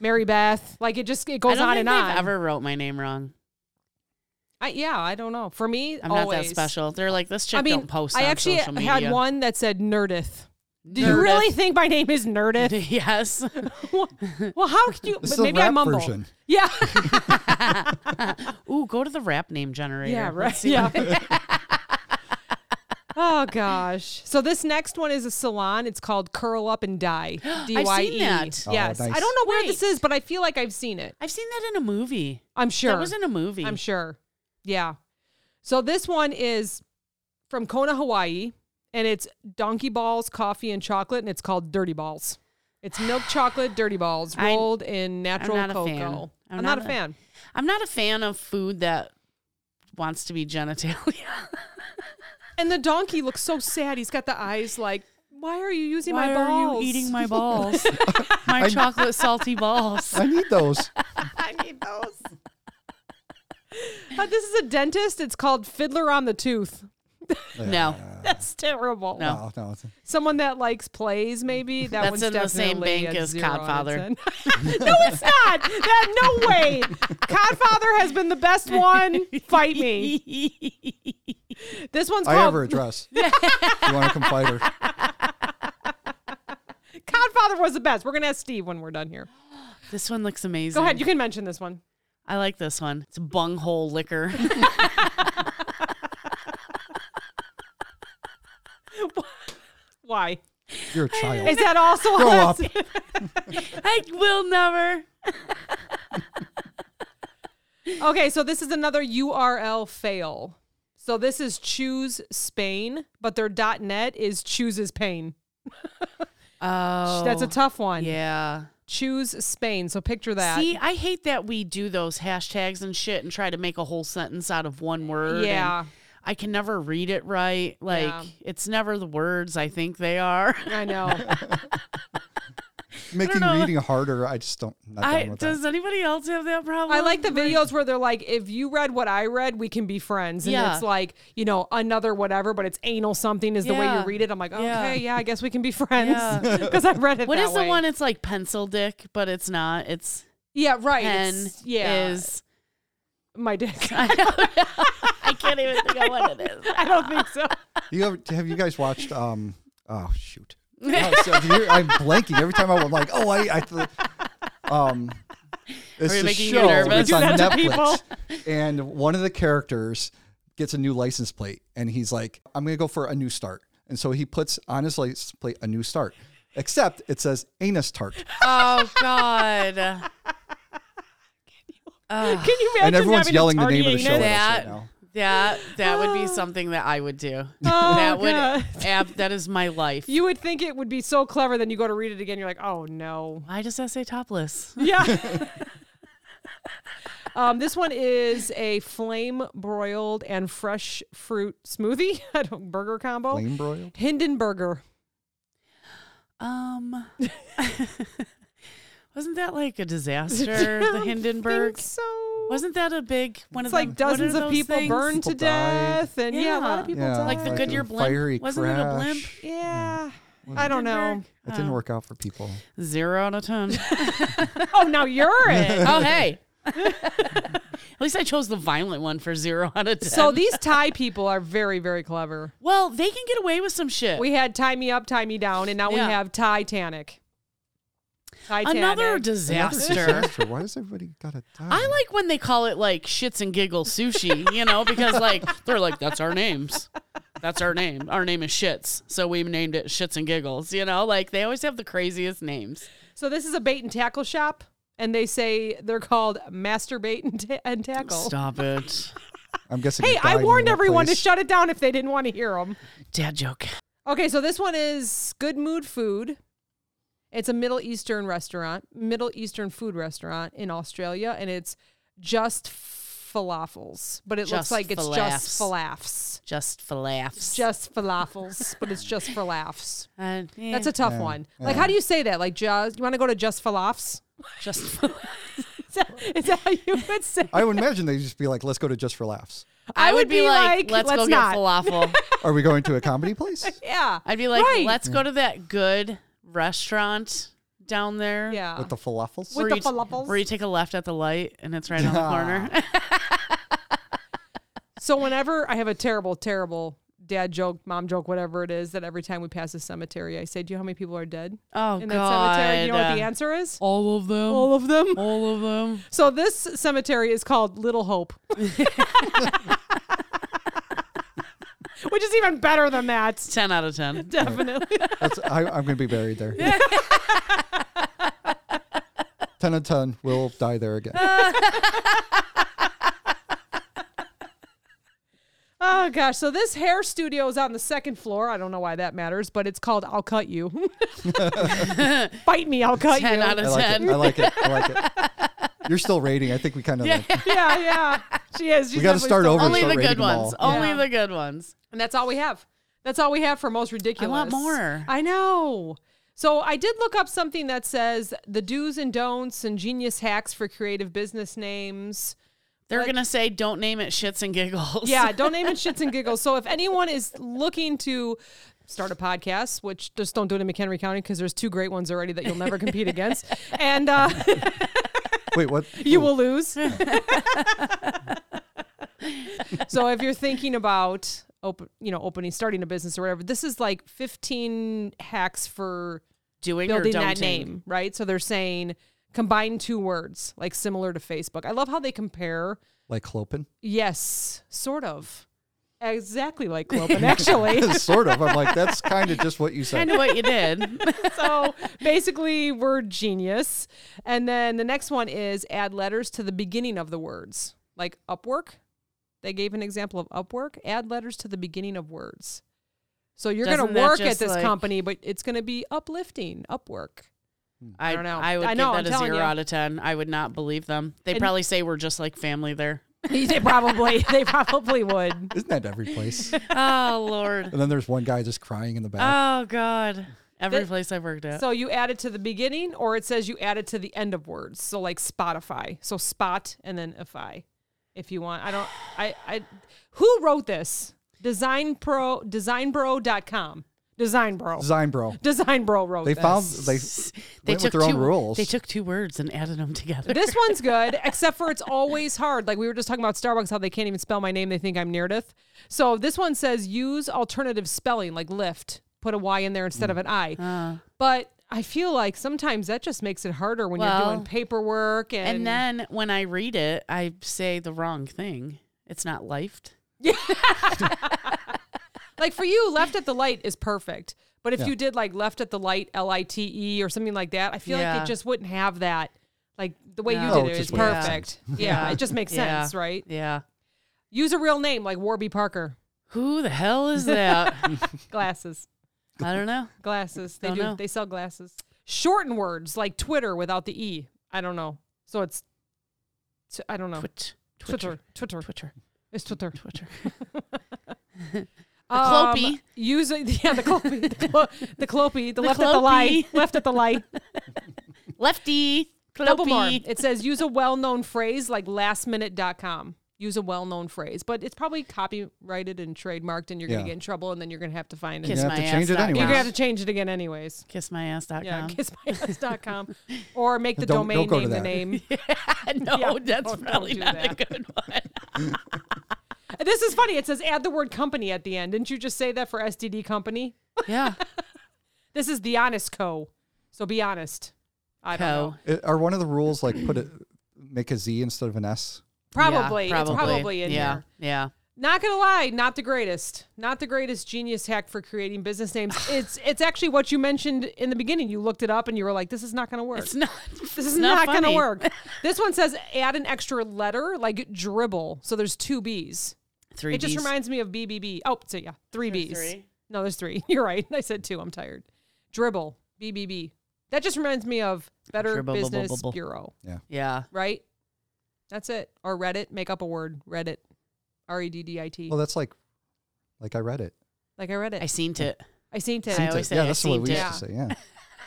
[SPEAKER 5] Mary Beth. Like it just it
[SPEAKER 4] I
[SPEAKER 5] goes
[SPEAKER 4] don't
[SPEAKER 5] on
[SPEAKER 4] think
[SPEAKER 5] and
[SPEAKER 4] they've
[SPEAKER 5] on.
[SPEAKER 4] ever wrote my name wrong.
[SPEAKER 5] I, yeah, I don't know. For me,
[SPEAKER 4] I'm not that
[SPEAKER 5] always.
[SPEAKER 4] special. They're like, this chick
[SPEAKER 5] I mean,
[SPEAKER 4] don't post
[SPEAKER 5] I
[SPEAKER 4] on
[SPEAKER 5] actually
[SPEAKER 4] social media.
[SPEAKER 5] had one that said Nerdith. Do you
[SPEAKER 4] Nerdith.
[SPEAKER 5] really think my name is Nerdith?
[SPEAKER 4] yes.
[SPEAKER 5] well, how can you?
[SPEAKER 3] This is
[SPEAKER 5] but
[SPEAKER 3] a
[SPEAKER 5] maybe I
[SPEAKER 3] rap
[SPEAKER 5] mumble.
[SPEAKER 3] version.
[SPEAKER 5] Yeah,
[SPEAKER 4] Ooh, go to the rap name generator.
[SPEAKER 5] yeah,
[SPEAKER 4] Let's
[SPEAKER 5] right.
[SPEAKER 4] see.
[SPEAKER 5] Yeah. oh gosh. So this next one is a salon. It's called Curl Up and Dye. D Y E. Yes.
[SPEAKER 4] that. Oh,
[SPEAKER 5] I
[SPEAKER 3] nice.
[SPEAKER 5] don't know where
[SPEAKER 4] Wait.
[SPEAKER 5] this is, but I feel like I've seen it.
[SPEAKER 4] I've seen that in a movie.
[SPEAKER 5] I'm sure.
[SPEAKER 4] That was in a movie.
[SPEAKER 5] I'm sure. Yeah. So this one is from Kona, Hawaii, and it's Donkey Balls, coffee, and chocolate, and it's called Dirty Balls. It's milk chocolate dirty balls
[SPEAKER 4] I-
[SPEAKER 5] rolled in natural
[SPEAKER 4] not a
[SPEAKER 5] cocoa.
[SPEAKER 4] fan.
[SPEAKER 5] I'm,
[SPEAKER 4] I'm
[SPEAKER 5] not,
[SPEAKER 4] not
[SPEAKER 5] a
[SPEAKER 4] a-
[SPEAKER 5] fan.
[SPEAKER 4] I'm not a fan of food that wants to be genitalia.
[SPEAKER 5] And the donkey looks so sad. He's got the eyes like, why are you using
[SPEAKER 4] Why
[SPEAKER 5] my
[SPEAKER 4] are
[SPEAKER 5] balls?
[SPEAKER 4] you eating my balls? my chocolate salty balls.
[SPEAKER 3] I need those.
[SPEAKER 5] I need those. Uh, this is a dentist. It's called Fiddler on the Tooth.
[SPEAKER 4] No,
[SPEAKER 5] That's terrible.
[SPEAKER 4] No.
[SPEAKER 3] Oh, no, it's-
[SPEAKER 5] Someone that likes plays, maybe that
[SPEAKER 4] That's
[SPEAKER 5] one's
[SPEAKER 4] in the same
[SPEAKER 5] definitely
[SPEAKER 4] bank
[SPEAKER 5] a
[SPEAKER 4] as
[SPEAKER 5] zero out of
[SPEAKER 4] Codfather.
[SPEAKER 5] 10. no, it's not. That, no way. Codfather has been the best one. Fight me. This one's
[SPEAKER 3] I
[SPEAKER 5] called
[SPEAKER 3] have her address. you want to come fight her?
[SPEAKER 5] Codfather was the best. We're gonna ask Steve when we're done here.
[SPEAKER 4] this one looks amazing.
[SPEAKER 5] Go ahead. You can mention this one.
[SPEAKER 4] I like this one. It's bunghole liquor.
[SPEAKER 5] Why?
[SPEAKER 3] You're a child.
[SPEAKER 5] Is that also
[SPEAKER 3] Grow up.
[SPEAKER 4] I will never.
[SPEAKER 5] Okay, so this is another URL fail. So this is choose Spain, but their .net is chooses pain.
[SPEAKER 4] Oh,
[SPEAKER 5] That's a tough one.
[SPEAKER 4] yeah.
[SPEAKER 5] Choose Spain. So picture that.
[SPEAKER 4] See, I hate that we do those hashtags and shit and try to make a whole sentence out of one word. and
[SPEAKER 5] Yeah.
[SPEAKER 4] I can never read it right. Like,
[SPEAKER 5] Yeah.
[SPEAKER 4] it's never the words I think they are.
[SPEAKER 5] I know.
[SPEAKER 3] Making
[SPEAKER 4] know.
[SPEAKER 3] reading harder. I just don't. I'm not
[SPEAKER 4] I,
[SPEAKER 3] done with
[SPEAKER 4] does anybody else have that problem?
[SPEAKER 5] I like the videos where they're like, if you read what I read, we can be friends. And
[SPEAKER 4] Yeah.
[SPEAKER 5] it's like, you know, another whatever, but it's anal something is the way you
[SPEAKER 4] Yeah.
[SPEAKER 5] read it. I'm like, okay,
[SPEAKER 4] Yeah.
[SPEAKER 5] yeah, I guess we can be friends.
[SPEAKER 4] Yeah.
[SPEAKER 5] Because I read it
[SPEAKER 4] What
[SPEAKER 5] that
[SPEAKER 4] is the
[SPEAKER 5] way.
[SPEAKER 4] one? It's like pencil dick, but it's not. It's
[SPEAKER 5] Yeah, right.
[SPEAKER 4] pen.
[SPEAKER 5] It's- yeah.
[SPEAKER 4] is Ah.
[SPEAKER 5] my dick.
[SPEAKER 4] I, don't- I can't even think of what it is.
[SPEAKER 5] I don't think so.
[SPEAKER 3] that. You have, have you guys watched? Um. Oh shoot. No, so you're- I'm blanking every time I- I'm like, oh, I. I th- um. It's
[SPEAKER 4] Are you
[SPEAKER 3] a
[SPEAKER 4] making you
[SPEAKER 3] show.
[SPEAKER 4] nervous?
[SPEAKER 3] It's
[SPEAKER 4] Do
[SPEAKER 3] on
[SPEAKER 5] that to
[SPEAKER 3] Netflix, and one of the characters gets a new license plate, and he's like, "I'm gonna go for a new start," and so he puts on his license plate a new start, except it says anus tart.
[SPEAKER 4] Oh God.
[SPEAKER 5] Can you imagine
[SPEAKER 3] and everyone's
[SPEAKER 5] having
[SPEAKER 3] yelling
[SPEAKER 5] a
[SPEAKER 3] the name of the
[SPEAKER 5] tardy
[SPEAKER 3] show.
[SPEAKER 5] anus?
[SPEAKER 3] at us right
[SPEAKER 4] That
[SPEAKER 3] now.
[SPEAKER 4] that that would be something that I would do. that would
[SPEAKER 5] God.
[SPEAKER 4] ab- that is my life.
[SPEAKER 5] You would think it would be so clever, then you go to read it again, you're like, oh no.
[SPEAKER 4] Why does that say topless?
[SPEAKER 5] Yeah. um, this one is a flame broiled and fresh fruit smoothie. I don't burger combo.
[SPEAKER 3] Flame broiled.
[SPEAKER 5] Hindenburger.
[SPEAKER 4] Um Wasn't that like a disaster? the Hindenburg?
[SPEAKER 5] Think so
[SPEAKER 4] Wasn't that a big one
[SPEAKER 5] it's
[SPEAKER 4] of
[SPEAKER 5] like
[SPEAKER 4] them- what are
[SPEAKER 5] dozens of
[SPEAKER 4] those
[SPEAKER 5] people
[SPEAKER 4] things?
[SPEAKER 5] burned to
[SPEAKER 3] People died.
[SPEAKER 5] death, and yeah. a lot of
[SPEAKER 4] Yeah.
[SPEAKER 5] people
[SPEAKER 3] Yeah,
[SPEAKER 5] died.
[SPEAKER 4] Like the Goodyear
[SPEAKER 3] a
[SPEAKER 4] blimp?
[SPEAKER 3] fiery
[SPEAKER 4] Wasn't it a
[SPEAKER 3] crash.
[SPEAKER 4] blimp?
[SPEAKER 5] yeah. I don't know.
[SPEAKER 4] Hindenburg? Oh.
[SPEAKER 3] It didn't work out for people.
[SPEAKER 4] Zero out of ten.
[SPEAKER 5] Oh, now you're it.
[SPEAKER 4] oh hey. At least I chose the violent one for zero out of ten.
[SPEAKER 5] So these Thai people are very, very clever.
[SPEAKER 4] well, they can get away with some shit.
[SPEAKER 5] We had tie me up, tie me down, and now we
[SPEAKER 4] Yeah.
[SPEAKER 5] have Titanic. Titanic.
[SPEAKER 4] Another
[SPEAKER 3] Another
[SPEAKER 4] disaster.
[SPEAKER 3] disaster. Why does everybody got a die?
[SPEAKER 5] Uh-huh.
[SPEAKER 4] I like when they call it like shits and giggle sushi, you know, because like they're like, that's our names. That's our name. Our name is Shits. So we named it Shits and Giggles, you know, like they always have the craziest names.
[SPEAKER 5] So this is a bait and tackle shop, and they say they're called masturbate and, ta- and tackle.
[SPEAKER 4] Stop it.
[SPEAKER 3] I'm guessing.
[SPEAKER 5] Hey,
[SPEAKER 3] you died
[SPEAKER 5] I
[SPEAKER 3] in
[SPEAKER 5] warned
[SPEAKER 3] that
[SPEAKER 5] everyone
[SPEAKER 3] place.
[SPEAKER 5] to shut it down if they didn't want to hear them.
[SPEAKER 4] Dad joke.
[SPEAKER 5] Okay, so this one is Good Mood Food. It's a Middle Eastern restaurant, Middle Eastern food restaurant in Australia, and it's just falafels, but it
[SPEAKER 4] Just
[SPEAKER 5] looks like it's just
[SPEAKER 4] falafs.
[SPEAKER 5] falafs.
[SPEAKER 4] Just for laughs.
[SPEAKER 5] Just falafels, but it's just for laughs.
[SPEAKER 4] Uh, eh,
[SPEAKER 5] That's a tough
[SPEAKER 3] Yeah,
[SPEAKER 5] one. Like,
[SPEAKER 3] yeah.
[SPEAKER 5] how do you say that? Like, just you want to go to just falafels?
[SPEAKER 4] just for
[SPEAKER 5] Is that, is that how you would say?
[SPEAKER 3] I would imagine they'd just be like, "Let's go to just for laughs."
[SPEAKER 4] I would be like, let's, go
[SPEAKER 5] not.
[SPEAKER 4] get falafel.
[SPEAKER 3] Are we going to a comedy place?
[SPEAKER 5] Yeah,
[SPEAKER 4] I'd be like,
[SPEAKER 5] Right.
[SPEAKER 4] let's go to that good restaurant down there.
[SPEAKER 5] yeah.
[SPEAKER 3] With the
[SPEAKER 5] With
[SPEAKER 3] falafels?
[SPEAKER 4] Where
[SPEAKER 5] the
[SPEAKER 4] you t-
[SPEAKER 5] falafels.
[SPEAKER 4] where you take a left at the light and it's right on the corner.
[SPEAKER 5] so whenever I have a terrible, terrible dad joke, mom joke, whatever it is, that every time we pass a cemetery, I say, "Do you know how many people are dead
[SPEAKER 4] Oh,
[SPEAKER 5] in that
[SPEAKER 4] God.
[SPEAKER 5] cemetery?" You know what the
[SPEAKER 4] Uh,
[SPEAKER 5] answer is?
[SPEAKER 4] All of them.
[SPEAKER 5] All of them.
[SPEAKER 4] All of them.
[SPEAKER 5] So this cemetery is called Little Hope. Which is even better than that.
[SPEAKER 4] 10 out of 10.
[SPEAKER 5] Definitely.
[SPEAKER 3] That's, I, I'm going to be buried there. ton of ton will die there again.
[SPEAKER 5] Oh gosh. So this hair studio is on the second floor. I don't know why that matters, but it's called I'll Cut You. Bite me, I'll cut
[SPEAKER 4] 10
[SPEAKER 5] you.
[SPEAKER 4] out
[SPEAKER 3] I
[SPEAKER 4] of
[SPEAKER 3] like
[SPEAKER 4] 10.
[SPEAKER 3] it. I like it. I like it. You're still rating. I think we kind of like
[SPEAKER 5] yeah, yeah. She is. She's
[SPEAKER 3] gotta
[SPEAKER 5] definitely
[SPEAKER 3] start
[SPEAKER 5] still-
[SPEAKER 3] over.
[SPEAKER 4] Only
[SPEAKER 3] Start
[SPEAKER 4] the
[SPEAKER 3] rating
[SPEAKER 4] good
[SPEAKER 3] them
[SPEAKER 4] ones.
[SPEAKER 3] all.
[SPEAKER 4] Only
[SPEAKER 5] Yeah.
[SPEAKER 4] the good ones.
[SPEAKER 5] And that's all we have. That's all we have for most ridiculous.
[SPEAKER 4] more.
[SPEAKER 5] I know. So I did look up something that says the do's and don'ts and genius hacks for creative business names.
[SPEAKER 4] They're gonna say, "Don't name it shits and giggles."
[SPEAKER 5] Yeah, don't name it shits and giggles. So if anyone is looking to start a podcast, which just don't do it in McHenry County because there's two great ones already that you'll never compete against, and uh,
[SPEAKER 3] Wait, what?
[SPEAKER 5] you will lose. so if you're thinking about open, you know, opening, starting a business or whatever, this is like 15 hacks for
[SPEAKER 4] doing or
[SPEAKER 5] building
[SPEAKER 4] don't
[SPEAKER 5] that name, right? So they're saying combine two words, like similar to Facebook. I love how they compare.
[SPEAKER 3] Like Clopin?
[SPEAKER 5] Yes, sort of. Exactly like Clopin, actually.
[SPEAKER 3] sort of. I'm like, that's kind of just what you said.
[SPEAKER 4] Kind of what you did.
[SPEAKER 5] so basically, we're genius. And then the next one is add letters to the beginning of the words, like Upwork. They gave an example of Upwork. Add letters to the beginning of words. So you're going
[SPEAKER 4] Doesn't
[SPEAKER 5] to
[SPEAKER 4] that
[SPEAKER 5] work at
[SPEAKER 4] just,
[SPEAKER 5] this
[SPEAKER 4] like-
[SPEAKER 5] company, but it's going to be uplifting, Upwork.
[SPEAKER 4] I,
[SPEAKER 5] don't know.
[SPEAKER 4] I would
[SPEAKER 5] I know, I'm
[SPEAKER 4] give that a
[SPEAKER 5] telling
[SPEAKER 4] zero
[SPEAKER 5] you.
[SPEAKER 4] out of ten. I would not believe them. They
[SPEAKER 5] And-
[SPEAKER 4] probably say we're just like family there.
[SPEAKER 5] they probably, they probably would.
[SPEAKER 3] Isn't that every place?
[SPEAKER 4] oh Lord.
[SPEAKER 3] And then there's one guy just crying in the
[SPEAKER 5] Uh,
[SPEAKER 3] back.
[SPEAKER 4] Oh God. Every
[SPEAKER 5] Th-
[SPEAKER 4] place I've worked at.
[SPEAKER 5] So you add it to the beginning, or it says you add it to the end of words. So like Spotify. So spot and then ify, if you want. I don't. I. I. Who wrote this? Design pro. Designbro.com. Design bro.
[SPEAKER 3] Design bro.
[SPEAKER 5] Design bro wrote.
[SPEAKER 3] They
[SPEAKER 5] this.
[SPEAKER 3] found they,
[SPEAKER 4] they
[SPEAKER 3] went
[SPEAKER 4] took
[SPEAKER 3] with their
[SPEAKER 4] two,
[SPEAKER 3] own rules.
[SPEAKER 4] They took two words and added them together.
[SPEAKER 5] This one's good, except for it's always hard. Like we were just talking about Starbucks, how they can't even spell my name. They think I'm Neardith. So this one says use alternative spelling, like lift. Put a Y in there instead of an I.
[SPEAKER 4] Mm. Ah.
[SPEAKER 5] But I feel like sometimes that just makes it harder when you're
[SPEAKER 4] Well,
[SPEAKER 5] doing paperwork and,
[SPEAKER 4] and then when I read it, I say the wrong thing. It's not lifed.
[SPEAKER 5] like for you, left at the light is perfect. But if you did like left at the light, L I T E or something like that, I feel like
[SPEAKER 4] Yeah.
[SPEAKER 5] it just wouldn't have that. Like the way
[SPEAKER 4] No.
[SPEAKER 5] you
[SPEAKER 4] Oh,
[SPEAKER 5] did
[SPEAKER 3] it
[SPEAKER 5] it is
[SPEAKER 3] just wouldn't make
[SPEAKER 5] perfect. Yeah. it just makes
[SPEAKER 4] Yeah.
[SPEAKER 5] sense, right?
[SPEAKER 4] Yeah.
[SPEAKER 5] Use a real name like Warby Parker.
[SPEAKER 4] Who the hell is that?
[SPEAKER 5] Glasses,
[SPEAKER 4] I don't know.
[SPEAKER 5] glasses. They
[SPEAKER 4] Don't
[SPEAKER 5] do.
[SPEAKER 4] know.
[SPEAKER 5] They sell glasses. Shorten words like Twitter without the e. I don't know. So it's, t- I don't know.
[SPEAKER 4] Twitch.
[SPEAKER 5] Twitter,
[SPEAKER 4] Twitter.
[SPEAKER 5] Twitter,
[SPEAKER 4] Twitter.
[SPEAKER 5] it's Twitter.
[SPEAKER 4] Twitter.
[SPEAKER 5] The
[SPEAKER 4] Clopey.
[SPEAKER 5] Um, Use it- yeah the clopey, the, clo- the clopey, the,
[SPEAKER 4] The
[SPEAKER 5] left at the light,
[SPEAKER 4] Clopey.
[SPEAKER 5] left at the light.
[SPEAKER 4] Lefty.
[SPEAKER 5] Double bar.
[SPEAKER 4] Clopey.
[SPEAKER 5] It says use a well-known phrase like lastminute.com. Use a well-known phrase, but it's probably copyrighted and trademarked, and you're
[SPEAKER 3] Yeah.
[SPEAKER 5] gonna get in trouble, and then you're gonna have to find it.
[SPEAKER 4] Kiss
[SPEAKER 3] have
[SPEAKER 4] my
[SPEAKER 3] to
[SPEAKER 4] ass.
[SPEAKER 3] change it
[SPEAKER 4] dot
[SPEAKER 3] anyway.
[SPEAKER 5] You're
[SPEAKER 4] com.
[SPEAKER 5] gonna have to change it again, anyways.
[SPEAKER 4] Kiss my ass. dot
[SPEAKER 5] Yeah,
[SPEAKER 4] com.
[SPEAKER 5] kissmyass.com or make the
[SPEAKER 3] Don't-
[SPEAKER 5] domain
[SPEAKER 3] don't go to
[SPEAKER 5] name the
[SPEAKER 3] that.
[SPEAKER 5] name.
[SPEAKER 4] no,
[SPEAKER 5] Yeah,
[SPEAKER 4] that's
[SPEAKER 5] don't-
[SPEAKER 4] probably
[SPEAKER 5] don't do
[SPEAKER 4] not
[SPEAKER 5] that.
[SPEAKER 4] a good one.
[SPEAKER 5] this is funny. It says add the word company at the end. Didn't you just say that for STD company?
[SPEAKER 4] Yeah.
[SPEAKER 5] This is the Honest Co. So be honest. I don't know.
[SPEAKER 4] Co.
[SPEAKER 3] It- are one of the rules like put it make a Z instead of an S?
[SPEAKER 5] Probably.
[SPEAKER 4] Yeah,
[SPEAKER 5] It's probably in
[SPEAKER 4] yeah.
[SPEAKER 5] here.
[SPEAKER 4] Yeah.
[SPEAKER 5] Not gonna lie, not the greatest. Not the greatest genius hack for creating business names. It's it's actually what you mentioned in the beginning. You looked it up and you were like, this is not gonna work.
[SPEAKER 4] It's not.
[SPEAKER 5] this is
[SPEAKER 4] it's
[SPEAKER 5] not, gonna
[SPEAKER 4] funny.
[SPEAKER 5] work. This one says add an extra letter, like dribble. So there's two B's.
[SPEAKER 4] Three.
[SPEAKER 5] It just
[SPEAKER 4] Bs.
[SPEAKER 5] reminds me of BBB. Oh, so yeah, three Bs.
[SPEAKER 4] three.
[SPEAKER 5] No, there's three. You're right. I said two. I'm tired. Dribble, BBB. That just reminds me of Better
[SPEAKER 4] Dribble, bubble,
[SPEAKER 5] Business
[SPEAKER 4] bubble.
[SPEAKER 5] Bureau,
[SPEAKER 4] Yeah.
[SPEAKER 5] right? That's it. Or Reddit. Make up a word. Reddit. R E D D I T.
[SPEAKER 3] Well, that's like like I read it.
[SPEAKER 5] Like I read it.
[SPEAKER 4] I
[SPEAKER 5] I,
[SPEAKER 4] seen it.
[SPEAKER 5] seen it.
[SPEAKER 4] I
[SPEAKER 3] Seen
[SPEAKER 4] always
[SPEAKER 3] it.
[SPEAKER 4] say
[SPEAKER 3] yeah,
[SPEAKER 4] I
[SPEAKER 3] that's what
[SPEAKER 4] seen
[SPEAKER 3] we used
[SPEAKER 5] it.
[SPEAKER 3] to say. Yeah.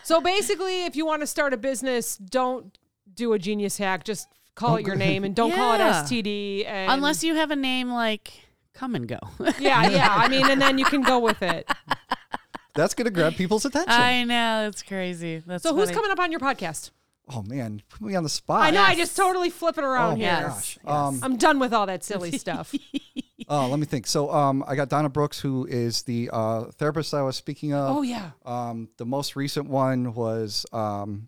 [SPEAKER 5] So basically, if you want to start a business, don't do a genius hack. Just call
[SPEAKER 3] Don't
[SPEAKER 5] it your
[SPEAKER 3] go-
[SPEAKER 5] name and don't call it
[SPEAKER 4] Yeah.
[SPEAKER 5] STD. And
[SPEAKER 4] Unless you have a name like Come and Go.
[SPEAKER 5] yeah, yeah. I mean, and then you can go with it.
[SPEAKER 3] That's gonna grab people's attention.
[SPEAKER 4] I know. That's crazy. That's
[SPEAKER 5] So who's
[SPEAKER 4] funny. Oh,
[SPEAKER 5] coming up on your podcast?
[SPEAKER 3] oh man, put me on the spot.
[SPEAKER 5] I know. I just totally flip it around
[SPEAKER 3] Oh
[SPEAKER 5] here.
[SPEAKER 3] my
[SPEAKER 4] Yes,
[SPEAKER 3] gosh.
[SPEAKER 4] yes.
[SPEAKER 3] Um,
[SPEAKER 5] I'm done with all that silly stuff.
[SPEAKER 3] oh, let me think. So um, I got Donna Brooks, who is the uh, therapist I was speaking of.
[SPEAKER 5] oh yeah.
[SPEAKER 3] Um, the most recent one was um,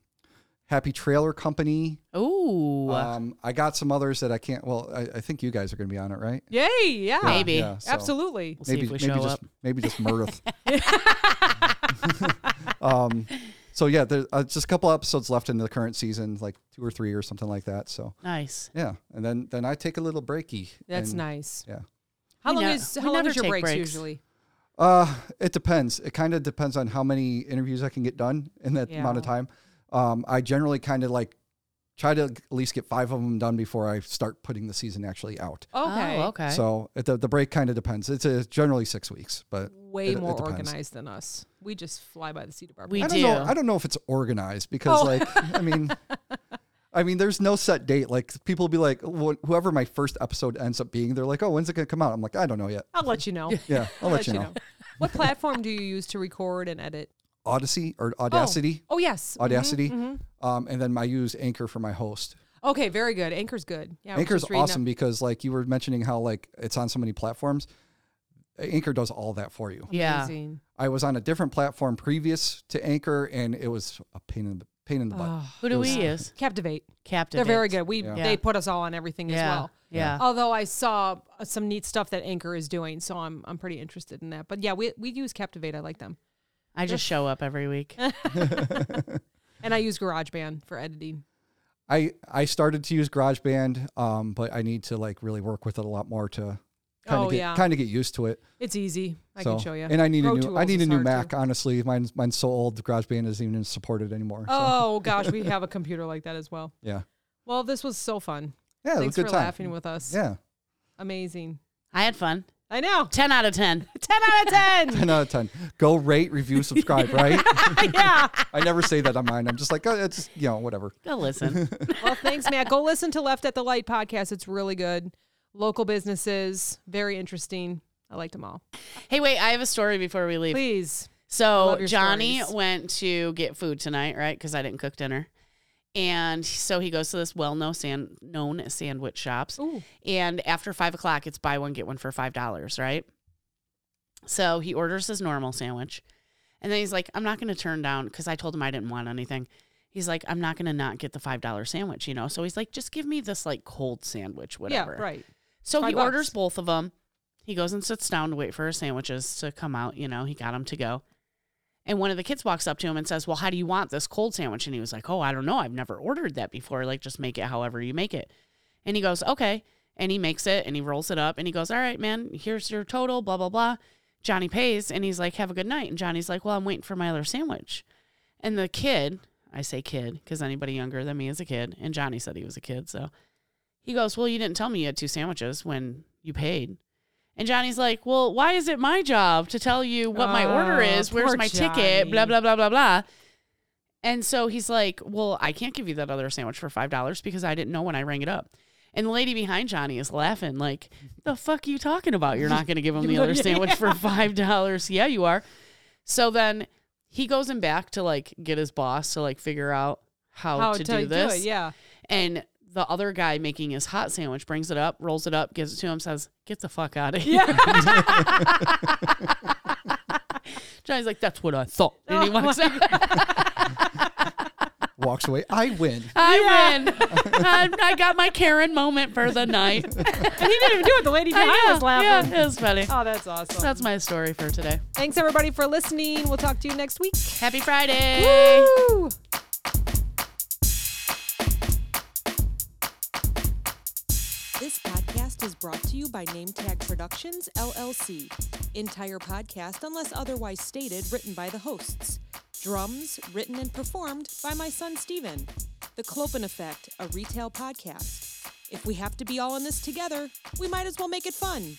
[SPEAKER 3] Happy Trailer Company.
[SPEAKER 4] Ooh.
[SPEAKER 3] Um, I got some others that I can't. Well, I, I think you guys are going to be on it, right?
[SPEAKER 5] Yay, yeah.
[SPEAKER 4] Maybe.
[SPEAKER 3] Yeah, so
[SPEAKER 5] Absolutely.
[SPEAKER 4] We'll see
[SPEAKER 3] Maybe,
[SPEAKER 4] if we
[SPEAKER 3] maybe
[SPEAKER 4] show
[SPEAKER 3] just
[SPEAKER 4] up.
[SPEAKER 3] maybe just Murdith. um, so yeah, there's uh, just a couple episodes left in the current season, like two or three or something like that. So
[SPEAKER 4] Nice.
[SPEAKER 3] yeah, and then then I take a little breaky.
[SPEAKER 5] That's
[SPEAKER 3] and,
[SPEAKER 5] nice.
[SPEAKER 3] Yeah.
[SPEAKER 5] How
[SPEAKER 4] We
[SPEAKER 5] long
[SPEAKER 4] ne-
[SPEAKER 5] is
[SPEAKER 4] we
[SPEAKER 5] how long
[SPEAKER 4] never
[SPEAKER 5] is your
[SPEAKER 4] take
[SPEAKER 5] breaks,
[SPEAKER 4] breaks.
[SPEAKER 5] usually?
[SPEAKER 3] Uh, it depends. It kind of depends on how many interviews I can get done in that amount of
[SPEAKER 5] Yeah.
[SPEAKER 3] time. Um, I generally kind of like try to at least get five of them done before I start putting the season actually out.
[SPEAKER 5] Okay.
[SPEAKER 4] Oh, okay.
[SPEAKER 3] So at the, the break kind of depends. It's uh generally six weeks, but
[SPEAKER 5] Way
[SPEAKER 3] it- it
[SPEAKER 5] more
[SPEAKER 3] depends.
[SPEAKER 5] organized than us. We just fly by the seat of our
[SPEAKER 4] We
[SPEAKER 3] I
[SPEAKER 5] pants.
[SPEAKER 3] don't
[SPEAKER 4] do.
[SPEAKER 3] know. I don't know if it's organized because,
[SPEAKER 5] Oh.
[SPEAKER 3] like, I mean, I mean, there's no set date. Like, people be like, wh- whoever my first episode ends up being, they're like, oh, when's it gonna come out? I'm like, I don't know yet.
[SPEAKER 5] I'll let you know.
[SPEAKER 3] Yeah, I'll let, you know.
[SPEAKER 5] what platform do you use to record and edit?
[SPEAKER 3] Odyssey or Audacity,
[SPEAKER 5] Oh, mm-hmm. yes.
[SPEAKER 3] Audacity, Um, and then I use Anchor for my host.
[SPEAKER 5] Okay, very good. Anchor's good. Yeah, I was
[SPEAKER 3] Anchor's
[SPEAKER 5] just reading up-
[SPEAKER 3] awesome because, like, you were mentioning how like it's on so many platforms. Anchor does all that for you.
[SPEAKER 4] yeah.
[SPEAKER 5] Amazing.
[SPEAKER 3] I was on a different platform previous to Anchor, and it was a pain in the pain in the butt.
[SPEAKER 4] Who do we use?
[SPEAKER 5] Captivate.
[SPEAKER 4] Captain.
[SPEAKER 5] They're very good. We
[SPEAKER 3] Yeah.
[SPEAKER 5] they put us all on everything as
[SPEAKER 4] Yeah.
[SPEAKER 5] well.
[SPEAKER 4] Yeah.
[SPEAKER 5] Although I saw uh, some neat stuff that Anchor is doing, so I'm I'm pretty interested in that. But yeah, we we use Captivate. I like them,
[SPEAKER 4] I just show up every week.
[SPEAKER 5] and I use GarageBand for editing.
[SPEAKER 3] I I started to use GarageBand, um, but I need to like really work with it a lot more to kind of
[SPEAKER 5] Oh,
[SPEAKER 3] get
[SPEAKER 5] yeah.
[SPEAKER 3] kind of get used to it.
[SPEAKER 5] It's easy. I
[SPEAKER 3] so,
[SPEAKER 5] can show you.
[SPEAKER 3] And I need
[SPEAKER 5] Pro
[SPEAKER 3] a new I
[SPEAKER 5] Tools
[SPEAKER 3] need a
[SPEAKER 5] is
[SPEAKER 3] new
[SPEAKER 5] hard,
[SPEAKER 3] Mac.
[SPEAKER 5] too.
[SPEAKER 3] Honestly, mine's mine's so old. GarageBand isn't even supported anymore. so,
[SPEAKER 5] Oh gosh, we have a computer like that as well.
[SPEAKER 3] yeah,
[SPEAKER 5] Well, this was so fun.
[SPEAKER 3] yeah, it was
[SPEAKER 5] Thanks
[SPEAKER 3] a good
[SPEAKER 5] for
[SPEAKER 3] time.
[SPEAKER 5] laughing with us.
[SPEAKER 3] Yeah,
[SPEAKER 5] Amazing.
[SPEAKER 4] I had fun.
[SPEAKER 5] I know.
[SPEAKER 4] 10 out of 10. 10 out of 10.
[SPEAKER 3] ten out of ten. Go rate, review, subscribe. Right?
[SPEAKER 5] yeah.
[SPEAKER 3] I never say that on mine. I'm just like, oh, it's you know whatever.
[SPEAKER 4] Go listen.
[SPEAKER 5] Well, thanks, Matt. Go listen to Left at the Light podcast. It's really good. Local businesses, very interesting. I liked them all.
[SPEAKER 4] Hey, wait, I have a story before we leave.
[SPEAKER 5] Please.
[SPEAKER 4] So
[SPEAKER 5] love your
[SPEAKER 4] Johnny
[SPEAKER 5] stories.
[SPEAKER 4] went to get food tonight, right? Because I didn't cook dinner. And so he goes to this well-known san- known sandwich shops.
[SPEAKER 5] Ooh.
[SPEAKER 4] And after five o'clock, it's buy one, get one for $5, right? So he orders his normal sandwich. And then he's like, I'm not going to turn down because I told him I didn't want anything. He's like, I'm not going to not get the $5 sandwich, you know? So he's like, just give me this like cold sandwich, whatever.
[SPEAKER 5] Yeah, right.
[SPEAKER 4] So he
[SPEAKER 5] Five bucks.
[SPEAKER 4] orders both of them. He goes and sits down to wait for his sandwiches to come out. You know, he got them to go. And one of the kids walks up to him and says, Well, how do you want this cold sandwich? And he was like, Oh, I don't know. I've never ordered that before. Like, just make it however you make it. And he goes, Okay. And he makes it and he rolls it up and he goes, All right, man, here's your total, blah, blah, blah. Johnny pays and he's like, Have a good night. And Johnny's like, Well, I'm waiting for my other sandwich. And the kid, I say kid because anybody younger than me is a kid. And Johnny said he was a kid. So he goes, Well, you didn't tell me you had two sandwiches when you paid. And Johnny's like, Well, why is it my job to tell you what my order
[SPEAKER 5] Oh,
[SPEAKER 4] is? Where's
[SPEAKER 5] poor
[SPEAKER 4] my ticket? Blah,
[SPEAKER 5] Johnny.
[SPEAKER 4] blah, blah, blah, blah. And so he's like, Well, I can't give you that other sandwich for $5 because I didn't know when I rang it up. And the lady behind Johnny is laughing, like, The fuck you talking about? You're not going to give him the other sandwich for $5. Yeah, you are. So then he goes and back to like get his boss to like figure out how, to do this.
[SPEAKER 5] it, yeah.
[SPEAKER 4] And the other guy making his hot sandwich brings it up, rolls it up, gives it to him, says, Get the fuck out of here. Johnny's like, That's what I thought. And he
[SPEAKER 5] Oh,
[SPEAKER 4] walks out.
[SPEAKER 3] Walks away. I win.
[SPEAKER 4] I win. I, I got my Karen moment for the night.
[SPEAKER 5] And he didn't even do it. The lady behind was laughing.
[SPEAKER 4] Yeah, it was funny.
[SPEAKER 5] Oh, that's awesome.
[SPEAKER 4] That's my story for today.
[SPEAKER 5] Thanks, everybody, for listening. We'll talk to you next week.
[SPEAKER 4] Happy Friday.
[SPEAKER 5] Woo!
[SPEAKER 1] This podcast is brought to you by NameTag Productions, LLC. Entire podcast, unless otherwise stated, written by the hosts. Drums, written and performed by my son Steven. The Clopen Effect, a retail podcast. If we have to be all in this together, we might as well make it fun.